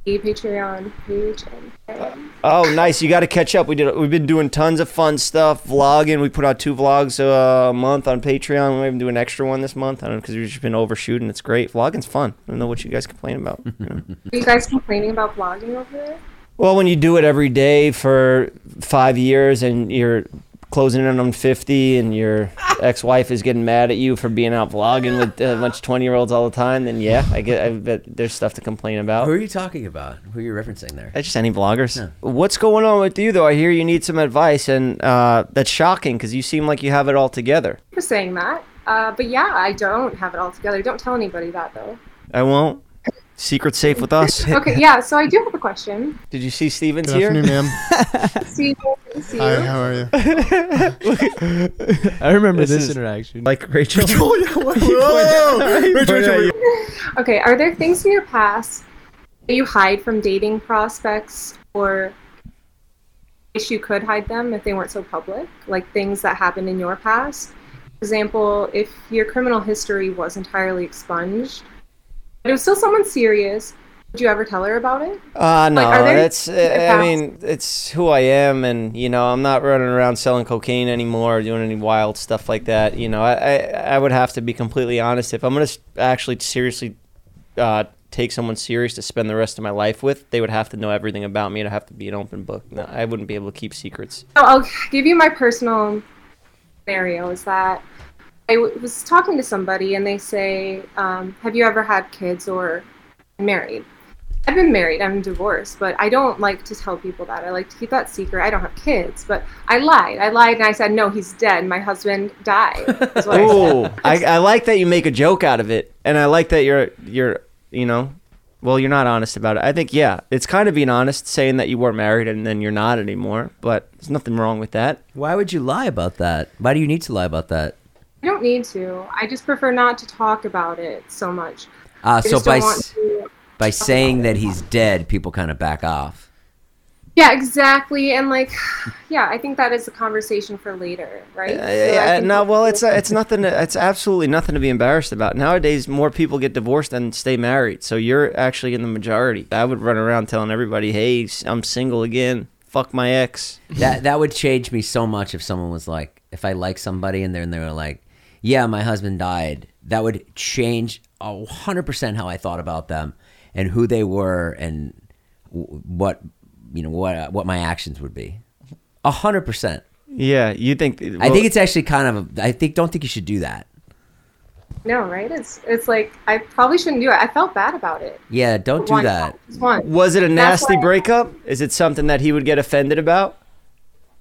[SPEAKER 14] the Patreon page and
[SPEAKER 2] Oh, nice. You got to catch up. We did. We've been doing tons of fun stuff, vlogging. We put out two vlogs uh, a month on Patreon. We're even doing an extra one this month. I don't know because we've just been overshooting. It's great. Vlogging's fun. I don't know what you guys complain about. you know.
[SPEAKER 14] are you guys complaining about vlogging over there?
[SPEAKER 2] Well, when you do it every day for five years and you're closing in on 50 and your ex-wife is getting mad at you for being out vlogging with a bunch of 20-year-olds all the time, then yeah, I get. I bet there's stuff to complain about.
[SPEAKER 7] Who are you talking about? Who are you referencing there?
[SPEAKER 2] That's just any vloggers. What's going on with you, though? I hear you need some advice, and uh, that's shocking because you seem like you have it all together.
[SPEAKER 14] For saying that. Uh, but yeah, I don't have it all together. Don't tell anybody that though.
[SPEAKER 2] I won't. Secret safe with us.
[SPEAKER 14] Okay, yeah, so I do have a question.
[SPEAKER 2] Did you see Stevens
[SPEAKER 1] Good
[SPEAKER 2] here?
[SPEAKER 1] afternoon,
[SPEAKER 14] See, see
[SPEAKER 1] Hi, how are you?
[SPEAKER 3] I remember
[SPEAKER 1] This
[SPEAKER 3] this,
[SPEAKER 1] is-
[SPEAKER 3] interaction.
[SPEAKER 2] Like Rachel.
[SPEAKER 1] Whoa! Rachel, Rachel, Rachel.
[SPEAKER 14] Okay, are there things in your past that you hide from dating prospects or wish you could hide them if they weren't so public? Like things that happened in your past? For example, if your criminal history was entirely expunged, but it was still someone serious, would you ever tell her about it?
[SPEAKER 2] Uh, no,
[SPEAKER 14] are there-
[SPEAKER 2] that's. Uh, I
[SPEAKER 14] Yeah.
[SPEAKER 2] mean, it's who I am, and you know, I'm not running around selling cocaine anymore or doing any wild stuff like that. You know, I, I, I would have to be completely honest if I'm gonna s- actually seriously uh, take someone serious to spend the rest of my life with. They would have to know everything about me. It'd have to be an open book. No, I wouldn't be able to keep secrets.
[SPEAKER 14] So I'll give you my personal scenario is that I w- was talking to somebody and they say, um, Have you ever had kids or married? I've been married, I'm divorced, but I don't like to tell people that. I like to keep that secret. I don't have kids, but I lied. I lied and I said, No, he's dead. My husband died. is what I said.
[SPEAKER 2] Oh, I, I like that you make a joke out of it, and I like that you're you're you know, well, you're not honest about it. I think yeah, it's kind of being honest, saying that you were married and then you're not anymore. But there's nothing wrong with that.
[SPEAKER 7] Why would you lie about that? Why do you need to lie about that?
[SPEAKER 14] I don't need to. I just prefer not to talk about it so much.
[SPEAKER 7] Ah,
[SPEAKER 14] I
[SPEAKER 7] so
[SPEAKER 14] just don't
[SPEAKER 7] by
[SPEAKER 14] want
[SPEAKER 7] s-
[SPEAKER 14] to-
[SPEAKER 7] By saying that he's dead, people kind of back off.
[SPEAKER 14] Yeah, exactly. And like, yeah, I think that is a conversation for later, right? So I
[SPEAKER 2] Uh, Yeah,
[SPEAKER 14] think
[SPEAKER 2] no, well, it's uh, it's nothing. To, it's absolutely nothing to be embarrassed about. Nowadays, more people get divorced than stay married. So you're actually in the majority. I would run around telling everybody, "Hey, s- I'm single again. Fuck my ex."
[SPEAKER 7] That that would change me so much if someone was like, if I like somebody and they're and they were like, yeah, my husband died. That would change hundred percent how I thought about them and who they were and w- what you know what what my actions would be. hundred percent.
[SPEAKER 2] Yeah, you think?
[SPEAKER 7] I
[SPEAKER 2] well-
[SPEAKER 7] think it's actually kind of. A, I think don't think you should do that.
[SPEAKER 14] No, right? It's it's like I probably shouldn't do it. I felt bad about it.
[SPEAKER 7] Yeah, don't do
[SPEAKER 14] One.
[SPEAKER 7] that.
[SPEAKER 14] Just once.
[SPEAKER 2] Was it a
[SPEAKER 14] That's
[SPEAKER 2] nasty
[SPEAKER 14] why-
[SPEAKER 2] breakup? Is it something that he would get offended about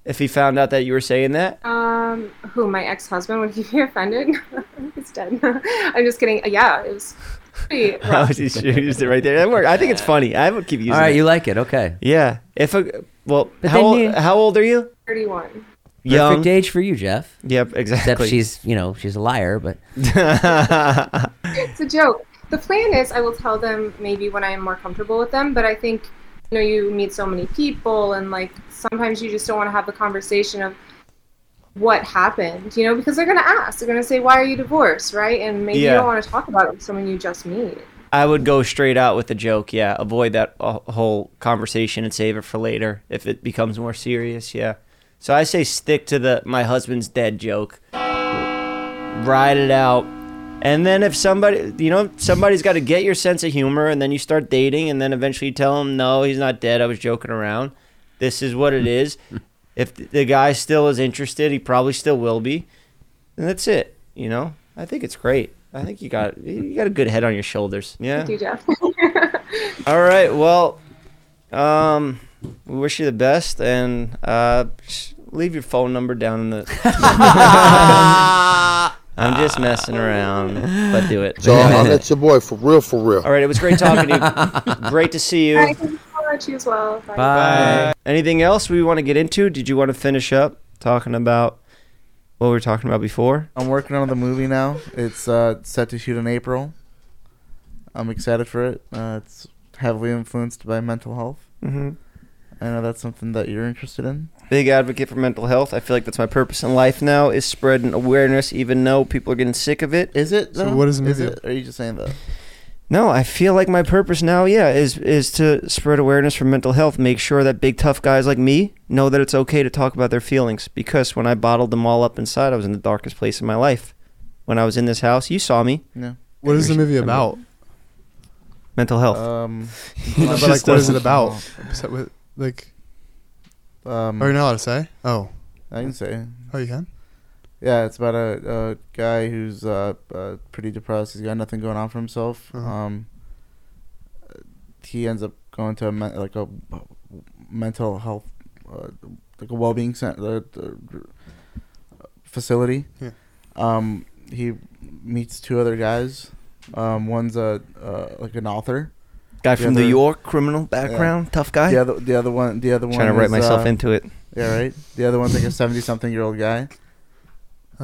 [SPEAKER 2] if he found out that you were saying that?
[SPEAKER 14] Um, who my ex-husband would he be offended? He's dead. I'm just kidding. Uh, Yeah, it was. Pretty
[SPEAKER 2] Oh,
[SPEAKER 14] rough.
[SPEAKER 2] she used it right there. That worked. I think it's funny. I would keep using.
[SPEAKER 7] All right,
[SPEAKER 2] it.
[SPEAKER 7] you like it, okay?
[SPEAKER 2] Yeah. If a well,
[SPEAKER 7] But
[SPEAKER 2] how
[SPEAKER 7] then
[SPEAKER 2] old,
[SPEAKER 7] you-
[SPEAKER 2] how old are you?
[SPEAKER 14] Thirty-one.
[SPEAKER 2] Young.
[SPEAKER 7] Perfect age for you, Jeff.
[SPEAKER 2] Yep, exactly.
[SPEAKER 7] Except she's you know she's a liar, but
[SPEAKER 14] It's a joke. The plan is I will tell them maybe when I am more comfortable with them. But I think you know you meet so many people and like sometimes you just don't want to have the conversation of what happened, you know, because they're gonna ask. They're gonna say, "Why are you divorced?" Right? And maybe
[SPEAKER 2] Yeah.
[SPEAKER 14] you don't want to talk about it with someone you just meet.
[SPEAKER 2] I would go straight out with the joke. Yeah, avoid that uh, whole conversation and save it for later if it becomes more serious. Yeah. So I say stick to the my husband's dead joke. Ride it out. And then if somebody, you know, somebody's got to get your sense of humor and then you start dating and then eventually you tell him, "No, he's not dead. I was joking around. This is what it is." if the guy still is interested, he probably still will be. And that's it, you know? I think it's great. I think you got you got a good head on your shoulders. Yeah.
[SPEAKER 14] Thank you, Jeff.
[SPEAKER 2] All right. Well, um, we wish you the best, and uh, sh- Leave your phone number down in the. I'm just messing around, but do it.
[SPEAKER 15] So uh, that's your boy for real, for real.
[SPEAKER 2] All right, it was great talking to you. Great to see you.
[SPEAKER 14] I can follow you as well. Bye.
[SPEAKER 2] Anything else we want to get into? Did you want to finish up talking about what we were talking about before?
[SPEAKER 9] I'm working on the movie now. It's uh, set to shoot in April. I'm excited for it. Uh, it's heavily influenced by mental health.
[SPEAKER 2] Mhm.
[SPEAKER 9] I know that's something that you're interested in.
[SPEAKER 2] Big advocate for mental health. I feel like that's my purpose in life now is spreading awareness, even though people are getting sick of it.
[SPEAKER 9] Is it? though?
[SPEAKER 1] what is the movie?
[SPEAKER 9] it? Are you just saying that?
[SPEAKER 2] No, I feel like my purpose now, yeah, is is to spread awareness for mental health, make sure that big tough guys like me know that it's okay to talk about their feelings because when I bottled them all up inside, I was in the darkest place in my life. When I was in this house, you saw me.
[SPEAKER 9] Yeah.
[SPEAKER 1] What is the movie about?
[SPEAKER 2] Mental health.
[SPEAKER 9] Um,
[SPEAKER 1] No, but like, what is it about?
[SPEAKER 9] Except
[SPEAKER 1] with like,
[SPEAKER 9] um,
[SPEAKER 1] are you not allowed to say? Oh,
[SPEAKER 9] I can say.
[SPEAKER 1] Oh, you can.
[SPEAKER 9] Yeah, it's about a, a guy who's uh, uh, pretty depressed. He's got nothing going on for himself.
[SPEAKER 1] Uh-huh.
[SPEAKER 9] Um, he ends up going to a men- like a mental health, uh, like a well-being center, facility.
[SPEAKER 1] Yeah.
[SPEAKER 9] Um, he meets two other guys. Um, one's a uh, like an author.
[SPEAKER 2] Guy
[SPEAKER 9] The
[SPEAKER 2] from New York, criminal background, tough guy.
[SPEAKER 9] The other, the other one, the other one.
[SPEAKER 2] Trying to write
[SPEAKER 9] is,
[SPEAKER 2] myself
[SPEAKER 9] uh,
[SPEAKER 2] into it.
[SPEAKER 9] Yeah, right. The other one's like a seventy-something-year-old guy, A-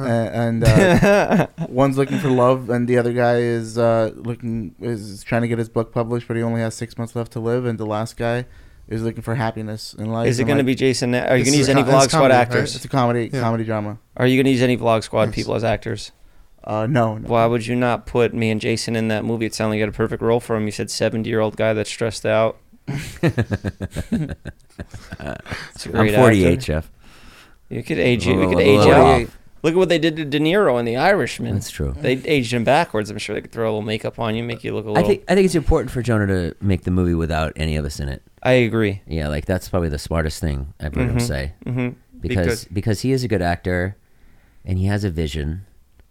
[SPEAKER 9] and uh, one's looking for love, and the other guy is uh, looking is trying to get his book published, but he only has six months left to live. And the last guy is looking for happiness in life.
[SPEAKER 2] Is it
[SPEAKER 9] and,
[SPEAKER 2] going to
[SPEAKER 9] like-
[SPEAKER 2] be Jason? Are you going
[SPEAKER 9] This
[SPEAKER 2] to
[SPEAKER 9] is
[SPEAKER 2] use
[SPEAKER 9] a
[SPEAKER 2] any
[SPEAKER 9] co- it's
[SPEAKER 2] Vlog Squad
[SPEAKER 9] comedy, right?
[SPEAKER 2] actors?
[SPEAKER 9] It's a comedy, comedy drama.
[SPEAKER 2] Are you going to use any Vlog Squad people as actors?
[SPEAKER 9] Uh, no, no.
[SPEAKER 2] Why would you not put me and Jason in that movie? It sounded like you got a perfect role for him. You said 70 year old guy that's stressed out. It's a
[SPEAKER 7] I'm
[SPEAKER 2] great
[SPEAKER 7] 48,
[SPEAKER 2] actor.
[SPEAKER 7] Jeff.
[SPEAKER 2] You could age you. We
[SPEAKER 7] Well,
[SPEAKER 2] could
[SPEAKER 7] well,
[SPEAKER 2] age you
[SPEAKER 7] well,
[SPEAKER 2] out. Look at what they did to De Niro in The Irishman.
[SPEAKER 7] That's true.
[SPEAKER 2] They aged him backwards. I'm sure they could throw a little makeup on you, make you look a
[SPEAKER 7] I
[SPEAKER 2] little.
[SPEAKER 7] think I think it's important for Jonah to make the movie without any of us in it.
[SPEAKER 2] I agree.
[SPEAKER 7] Yeah, like that's probably the smartest thing I've heard him
[SPEAKER 2] Mhm,
[SPEAKER 7] say.
[SPEAKER 2] mhm.
[SPEAKER 7] Because
[SPEAKER 2] Because-
[SPEAKER 7] because he is a good actor, and he has a vision,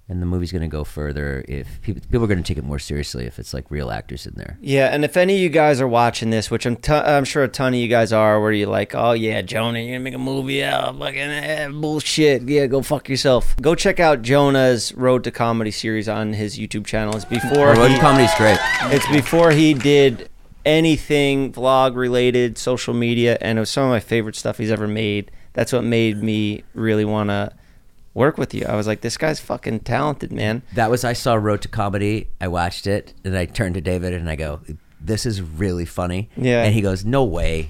[SPEAKER 7] and the movie's going to go further if people people are going to take it more seriously if it's like real actors in there.
[SPEAKER 2] Yeah, and if any of you guys are watching this, which I'm, t- I'm sure a ton of you guys are, where you're like, oh yeah, Jonah, you're gonna make a movie out, fucking eh, bullshit. Yeah, go fuck yourself. Go check out Jonah's Road to Comedy series on his YouTube channel. It's before
[SPEAKER 7] Oh, Road to
[SPEAKER 2] he-
[SPEAKER 7] Comedy's great.
[SPEAKER 2] It's before he did anything vlog related, social media, and it was some of my favorite stuff he's ever made. That's what made me really want to work with you. I was like, this guy's fucking talented, man.
[SPEAKER 7] That was I saw Road to Comedy. I watched it, and I turned to David and I go, "This is really funny."
[SPEAKER 2] Yeah.
[SPEAKER 7] And he goes, "No way."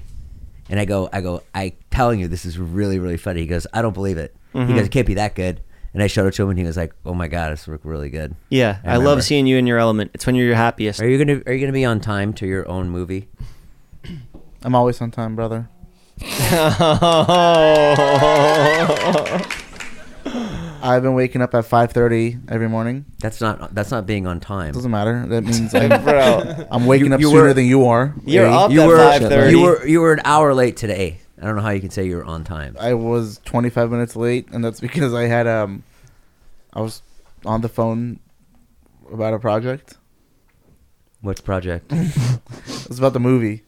[SPEAKER 7] And I go, "I go, I telling you, this is really really funny." He goes, "I don't believe it."
[SPEAKER 2] Mhm.
[SPEAKER 7] He goes, "It can't be that good." And I showed it to him, and he was like, "Oh my god, it's look really good."
[SPEAKER 2] Yeah, I,
[SPEAKER 7] remember.
[SPEAKER 2] love seeing you in your element. It's when you're your happiest.
[SPEAKER 7] Are you gonna Are you gonna be on time to your own movie?
[SPEAKER 9] I'm always on time, brother. I've been waking up at five thirty every morning.
[SPEAKER 7] That's not that's not being on time.
[SPEAKER 9] Doesn't matter. That means
[SPEAKER 7] Hey,
[SPEAKER 9] I'm,
[SPEAKER 7] bro.
[SPEAKER 9] I'm waking
[SPEAKER 7] You-
[SPEAKER 9] up
[SPEAKER 7] you
[SPEAKER 9] sooner
[SPEAKER 7] were-
[SPEAKER 9] than you are.
[SPEAKER 7] You're
[SPEAKER 9] A.
[SPEAKER 7] up You at were- 5:30. you were- you were an hour late today. I don't know how you can say you're on time.
[SPEAKER 9] I was 25 minutes late, and that's because I had um, I was on the phone about a project.
[SPEAKER 7] Which project?
[SPEAKER 9] it was about the movie.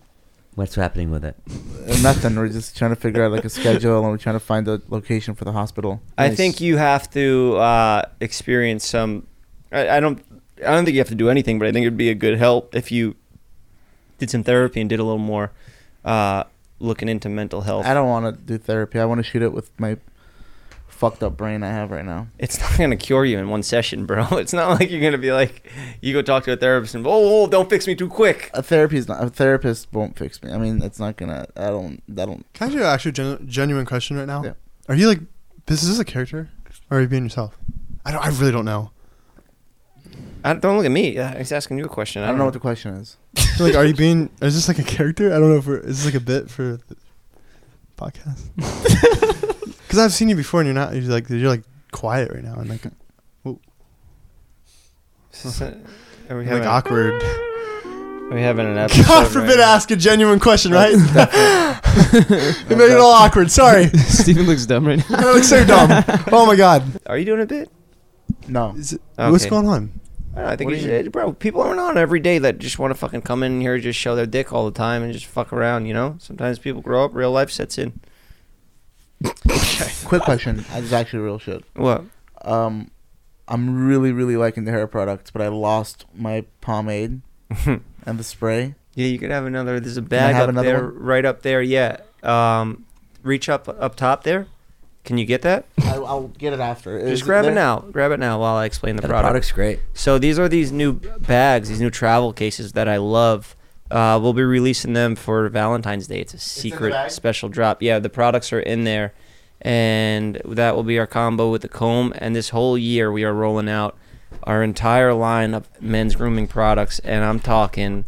[SPEAKER 7] What's happening with it?
[SPEAKER 9] Uh, nothing. We're just trying to figure out like a schedule, and we're trying to find a location for the hospital.
[SPEAKER 2] I think you have to uh, experience some. I, I don't. I don't think you have to do anything, but I think it'd be a good help if you did some therapy and did a little more uh, looking into mental health.
[SPEAKER 9] I don't want to do therapy. I want to shoot it with my fucked up brain I have right now.
[SPEAKER 2] It's not gonna cure you in one session, bro. It's not like you're gonna be like you go talk to a therapist and oh, oh don't fix me too quick.
[SPEAKER 9] A therapy's not. A therapist won't fix me. I mean, it's not gonna. I don't. I don't.
[SPEAKER 1] Can I do an actually genu- genuine question right now?
[SPEAKER 9] Yeah.
[SPEAKER 1] Are you like, this is this a character, or are you being yourself? I don't. I really don't know.
[SPEAKER 2] I, Uh, don't look at me. Yeah, He's asking you a question. I don't,
[SPEAKER 9] know what the question is.
[SPEAKER 1] like, are you being? Is this like a character? I don't know if we're, is this like a bit for the podcast. Because I've seen you before, and you're not. You're like you're like quiet right now, and like, whoa.
[SPEAKER 2] Is this a- are we
[SPEAKER 1] like
[SPEAKER 2] having-
[SPEAKER 1] awkward.
[SPEAKER 2] Are we having an episode?
[SPEAKER 1] God forbid,
[SPEAKER 2] right?
[SPEAKER 1] ask a genuine question, right? we made it all awkward. Sorry.
[SPEAKER 3] Steven looks dumb right now.
[SPEAKER 1] I look so dumb. Oh my god.
[SPEAKER 2] Are you doing a bit?
[SPEAKER 9] No.
[SPEAKER 1] What's
[SPEAKER 2] Okay.
[SPEAKER 1] going on?
[SPEAKER 2] I, don't know, I think
[SPEAKER 1] What
[SPEAKER 2] you
[SPEAKER 1] do you
[SPEAKER 2] should, bro. People aren't on every day that just want to fucking come in here, just show their dick all the time, and just fuck around. You know, sometimes people grow up, real life sets in.
[SPEAKER 9] Quick question. This is actually real shit.
[SPEAKER 2] What?
[SPEAKER 9] Um, I'm really, really liking the hair products, but I lost my pomade and the spray.
[SPEAKER 2] Yeah, you could have another. There's a
[SPEAKER 9] I
[SPEAKER 2] bag
[SPEAKER 9] have
[SPEAKER 2] up
[SPEAKER 9] another
[SPEAKER 2] there, right up there. Yeah. Um, reach up up top there. Can you get that?
[SPEAKER 9] I, I'll get it after. Is
[SPEAKER 2] Just grab
[SPEAKER 9] there-
[SPEAKER 2] it now. Grab it now while I explain the
[SPEAKER 7] Yeah, the
[SPEAKER 2] product.
[SPEAKER 7] product's great.
[SPEAKER 2] So these are these new bags, these new travel cases that I love. Uh, we'll be releasing them for Valentine's Day. It's a secret
[SPEAKER 9] bag?
[SPEAKER 2] special drop. Yeah, the products are in there, and that will be our combo with the comb. And this whole year, we are rolling out our entire line of men's grooming products. And I'm talking,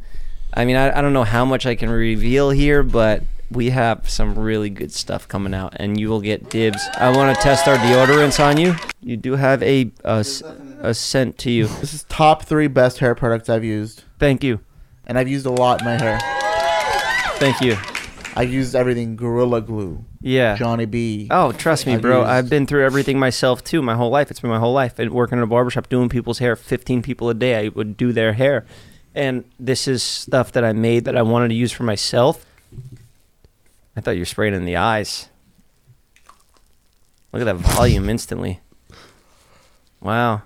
[SPEAKER 2] I mean, I, I don't know how much I can reveal here, but we have some really good stuff coming out, and you will get dibs. I want to test our deodorants on you. You do have a a, s- a scent to you.
[SPEAKER 9] This is top three best hair products I've used.
[SPEAKER 2] Thank you.
[SPEAKER 9] And I've used a lot in my hair.
[SPEAKER 2] Thank you.
[SPEAKER 9] I've used everything Gorilla Glue.
[SPEAKER 2] Yeah.
[SPEAKER 9] Johnny B.
[SPEAKER 2] Oh, trust me,
[SPEAKER 9] I've
[SPEAKER 2] bro.
[SPEAKER 9] used-
[SPEAKER 2] I've been through everything myself too, my whole life. It's been my whole life. And working in a barbershop, doing people's hair, 15 people a day, I would do their hair. And this is stuff that I made that I wanted to use for myself. I thought you were spraying in the eyes. Look at that volume instantly. Wow.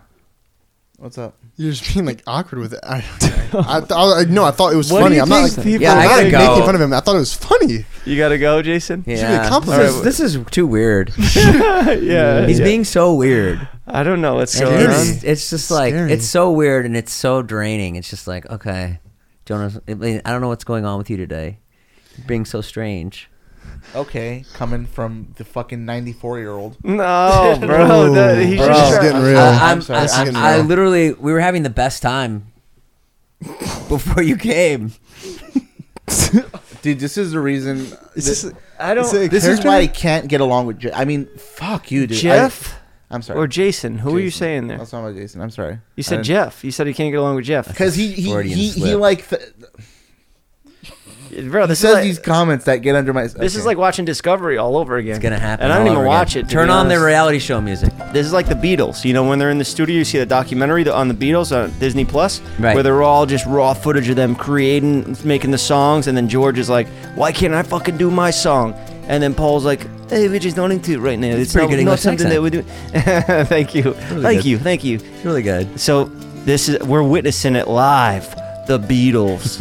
[SPEAKER 9] What's up?
[SPEAKER 1] You're just being like awkward with it. I, I, th- I, I no, I thought it was
[SPEAKER 2] What do
[SPEAKER 1] funny.
[SPEAKER 2] you
[SPEAKER 1] I'm not
[SPEAKER 2] think
[SPEAKER 1] like,
[SPEAKER 2] people- Yeah,
[SPEAKER 1] I'm
[SPEAKER 2] I
[SPEAKER 1] not
[SPEAKER 2] gotta
[SPEAKER 1] like,
[SPEAKER 2] go.
[SPEAKER 1] making fun of him. I thought it was funny.
[SPEAKER 2] You gotta go, Jason.
[SPEAKER 1] Should be a compliment.
[SPEAKER 7] This is, this is too weird.
[SPEAKER 2] yeah.
[SPEAKER 7] He's
[SPEAKER 2] yeah.
[SPEAKER 7] being so weird.
[SPEAKER 2] I don't know what's
[SPEAKER 7] And
[SPEAKER 2] going
[SPEAKER 7] it's,
[SPEAKER 2] on.
[SPEAKER 7] It's just like
[SPEAKER 2] Scary.
[SPEAKER 7] it's so weird and it's so draining. It's just like okay, Jonas. I mean, I don't know what's going on with you today. You're being so strange.
[SPEAKER 9] Okay, coming from the fucking 94 year old.
[SPEAKER 2] No, bro, that- he's Bro. just This is trying- getting real.
[SPEAKER 7] I, Uh, I'm-
[SPEAKER 9] I'm sorry,
[SPEAKER 7] I-
[SPEAKER 9] this is
[SPEAKER 7] I-
[SPEAKER 9] getting
[SPEAKER 7] I
[SPEAKER 9] real.
[SPEAKER 7] literally, we were having the best time before you came.
[SPEAKER 9] Dude, this is the reason.
[SPEAKER 1] this-
[SPEAKER 9] thi-
[SPEAKER 1] I don't- is it a
[SPEAKER 9] This is
[SPEAKER 1] character?
[SPEAKER 9] why I can't get along with Jeff. I mean, fuck you, dude. I-
[SPEAKER 2] Jeff?
[SPEAKER 9] I'm sorry.
[SPEAKER 2] Or Jason? Who are you saying there?
[SPEAKER 9] I was talking about Jason. I'm sorry.
[SPEAKER 2] You
[SPEAKER 9] I
[SPEAKER 2] said
[SPEAKER 9] didn't-
[SPEAKER 2] Jeff. You said he can't get along with Jeff.
[SPEAKER 9] Because he he,
[SPEAKER 2] Freudian
[SPEAKER 9] he, he
[SPEAKER 2] slip.
[SPEAKER 9] like th-
[SPEAKER 2] bro.
[SPEAKER 9] He
[SPEAKER 2] This
[SPEAKER 9] says
[SPEAKER 2] is like,
[SPEAKER 9] these comments that get under my.
[SPEAKER 2] This is like watching Discovery all over again. It's
[SPEAKER 7] gonna happen
[SPEAKER 2] And I
[SPEAKER 7] all
[SPEAKER 2] don't even
[SPEAKER 7] over
[SPEAKER 2] watch
[SPEAKER 7] again.
[SPEAKER 2] it. to
[SPEAKER 7] Turn
[SPEAKER 2] be
[SPEAKER 7] on the
[SPEAKER 2] honest.
[SPEAKER 7] reality show music.
[SPEAKER 2] This is like the Beatles. You know, when they're in the studio, you see the documentary on the Beatles on Disney Plus,
[SPEAKER 7] Right.
[SPEAKER 2] where they're all just raw footage of them creating, making the songs, and then George is like, "Why can't I fucking do my song?" And then Paul's like, "Hey, we're just learning to right now.
[SPEAKER 7] It's
[SPEAKER 2] it's
[SPEAKER 7] pretty
[SPEAKER 2] not,
[SPEAKER 7] good
[SPEAKER 2] not
[SPEAKER 7] English
[SPEAKER 2] something that we do." thank you,
[SPEAKER 7] really
[SPEAKER 2] thank
[SPEAKER 7] good.
[SPEAKER 2] you, thank you.
[SPEAKER 7] really good.
[SPEAKER 2] So this is we're witnessing it live. The Beatles,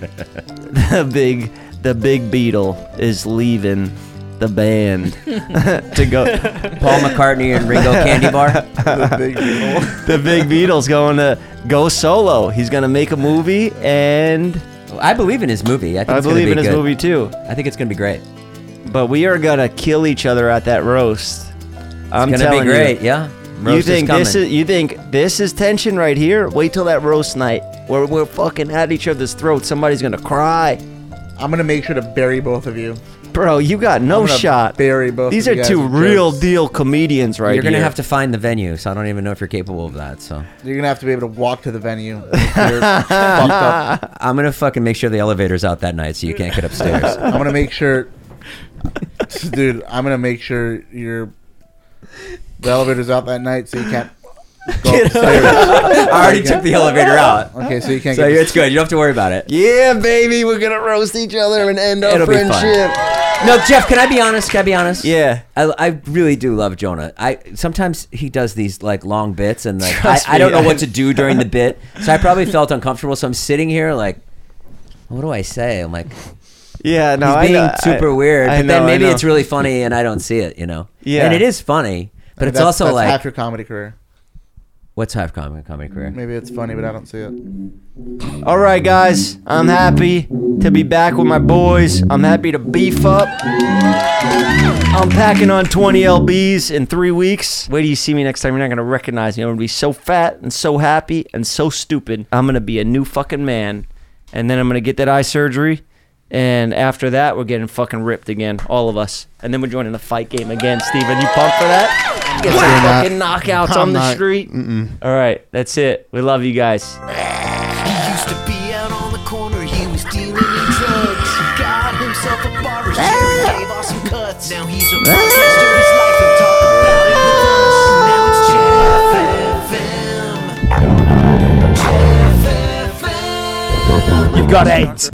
[SPEAKER 2] the big, the big Beatle is leaving the band to go.
[SPEAKER 7] Paul McCartney and Ringo Candy Bar.
[SPEAKER 9] The big Beatle.
[SPEAKER 2] the big Beatle's going to go solo. He's going to make a movie, and
[SPEAKER 7] I believe in his movie. I, think it's gonna
[SPEAKER 2] believe
[SPEAKER 7] be
[SPEAKER 2] in his
[SPEAKER 7] good.
[SPEAKER 2] movie too.
[SPEAKER 7] I think it's gonna be great.
[SPEAKER 2] But we are going to kill each other at that roast. I'm
[SPEAKER 7] gonna be
[SPEAKER 2] telling you.
[SPEAKER 7] great, yeah.
[SPEAKER 2] you
[SPEAKER 7] Roast is
[SPEAKER 2] think this
[SPEAKER 7] coming.
[SPEAKER 2] is you think this is tension right here? Wait till that roast night where we're fucking at each other's throat. Somebody's gonna cry.
[SPEAKER 9] I'm gonna make sure to bury both of you.
[SPEAKER 2] Bro, you got no
[SPEAKER 9] I'm gonna
[SPEAKER 2] shot.
[SPEAKER 9] Bury both.
[SPEAKER 2] These
[SPEAKER 9] of
[SPEAKER 2] are
[SPEAKER 9] you guys
[SPEAKER 2] two
[SPEAKER 9] with
[SPEAKER 2] real
[SPEAKER 9] jokes.
[SPEAKER 2] deal comedians right
[SPEAKER 7] You're gonna
[SPEAKER 2] here.
[SPEAKER 7] have to find the venue, so I don't even know if you're capable of that. So
[SPEAKER 9] You're gonna have to be able to walk to the venue. if You're fucked up.
[SPEAKER 7] I'm gonna fucking make sure the elevator's out that night, so you can't get upstairs.
[SPEAKER 9] I'm gonna make sure, dude. I'm gonna make sure your the elevator's out that night, so you can't. Go upstairs.
[SPEAKER 7] I already took the elevator out.
[SPEAKER 9] Okay, so you can't.
[SPEAKER 7] So
[SPEAKER 9] get
[SPEAKER 7] it's good. You don't have to worry about it.
[SPEAKER 2] Yeah, baby, we're gonna roast each other and end our
[SPEAKER 7] It'll be fun.
[SPEAKER 2] friendship.
[SPEAKER 7] No, Jeff, can I be honest? Can I be honest?
[SPEAKER 2] Yeah.
[SPEAKER 7] I, I really do love Jonah. I sometimes he does these like long bits and like I,
[SPEAKER 2] Trust
[SPEAKER 7] I don't
[SPEAKER 2] me,
[SPEAKER 7] know what
[SPEAKER 2] I-
[SPEAKER 7] to do during the bit. So I probably felt uncomfortable. So I'm sitting here like, what do I say? I'm like,
[SPEAKER 2] Yeah, no,
[SPEAKER 7] he's
[SPEAKER 2] I
[SPEAKER 7] being
[SPEAKER 2] know-
[SPEAKER 7] super
[SPEAKER 2] I-
[SPEAKER 7] weird.
[SPEAKER 2] I
[SPEAKER 7] but
[SPEAKER 2] know,
[SPEAKER 7] then
[SPEAKER 2] I
[SPEAKER 7] maybe
[SPEAKER 2] know.
[SPEAKER 7] it's really funny and I don't see it. You know?
[SPEAKER 2] Yeah.
[SPEAKER 7] And it is funny, but it's
[SPEAKER 9] That's-
[SPEAKER 7] also
[SPEAKER 9] that's
[SPEAKER 7] like
[SPEAKER 9] half your comedy career.
[SPEAKER 7] what's half comedy comedy career?
[SPEAKER 9] Maybe it's funny, but I don't see it.
[SPEAKER 2] All right, guys, I'm happy to be back with my boys. I'm happy to beef up. I'm packing on 20 lbs in three weeks. Wait till you see me next time. You're not gonna recognize me. I'm gonna be so fat and so happy and so stupid. I'm gonna be a new fucking man, and then I'm gonna get that eye surgery. And after that, we're getting fucking ripped again, all of us. And then we're joining the fight game again. Steven, you pumped for that? Get some
[SPEAKER 1] Absolutely not.
[SPEAKER 2] fucking knockouts
[SPEAKER 1] I'm
[SPEAKER 2] on the
[SPEAKER 1] not.
[SPEAKER 2] street.
[SPEAKER 1] Mm-mm.
[SPEAKER 2] All right, that's it. We love you guys.
[SPEAKER 16] He used to be out on the corner, he was dealing in drugs. Got himself a barber chair, gave off some cuts. Now he's a
[SPEAKER 7] Ah.
[SPEAKER 16] podcaster, his life will talk about it with us. Now it's Jeff FM. Jeff FM.
[SPEAKER 2] You've got eight.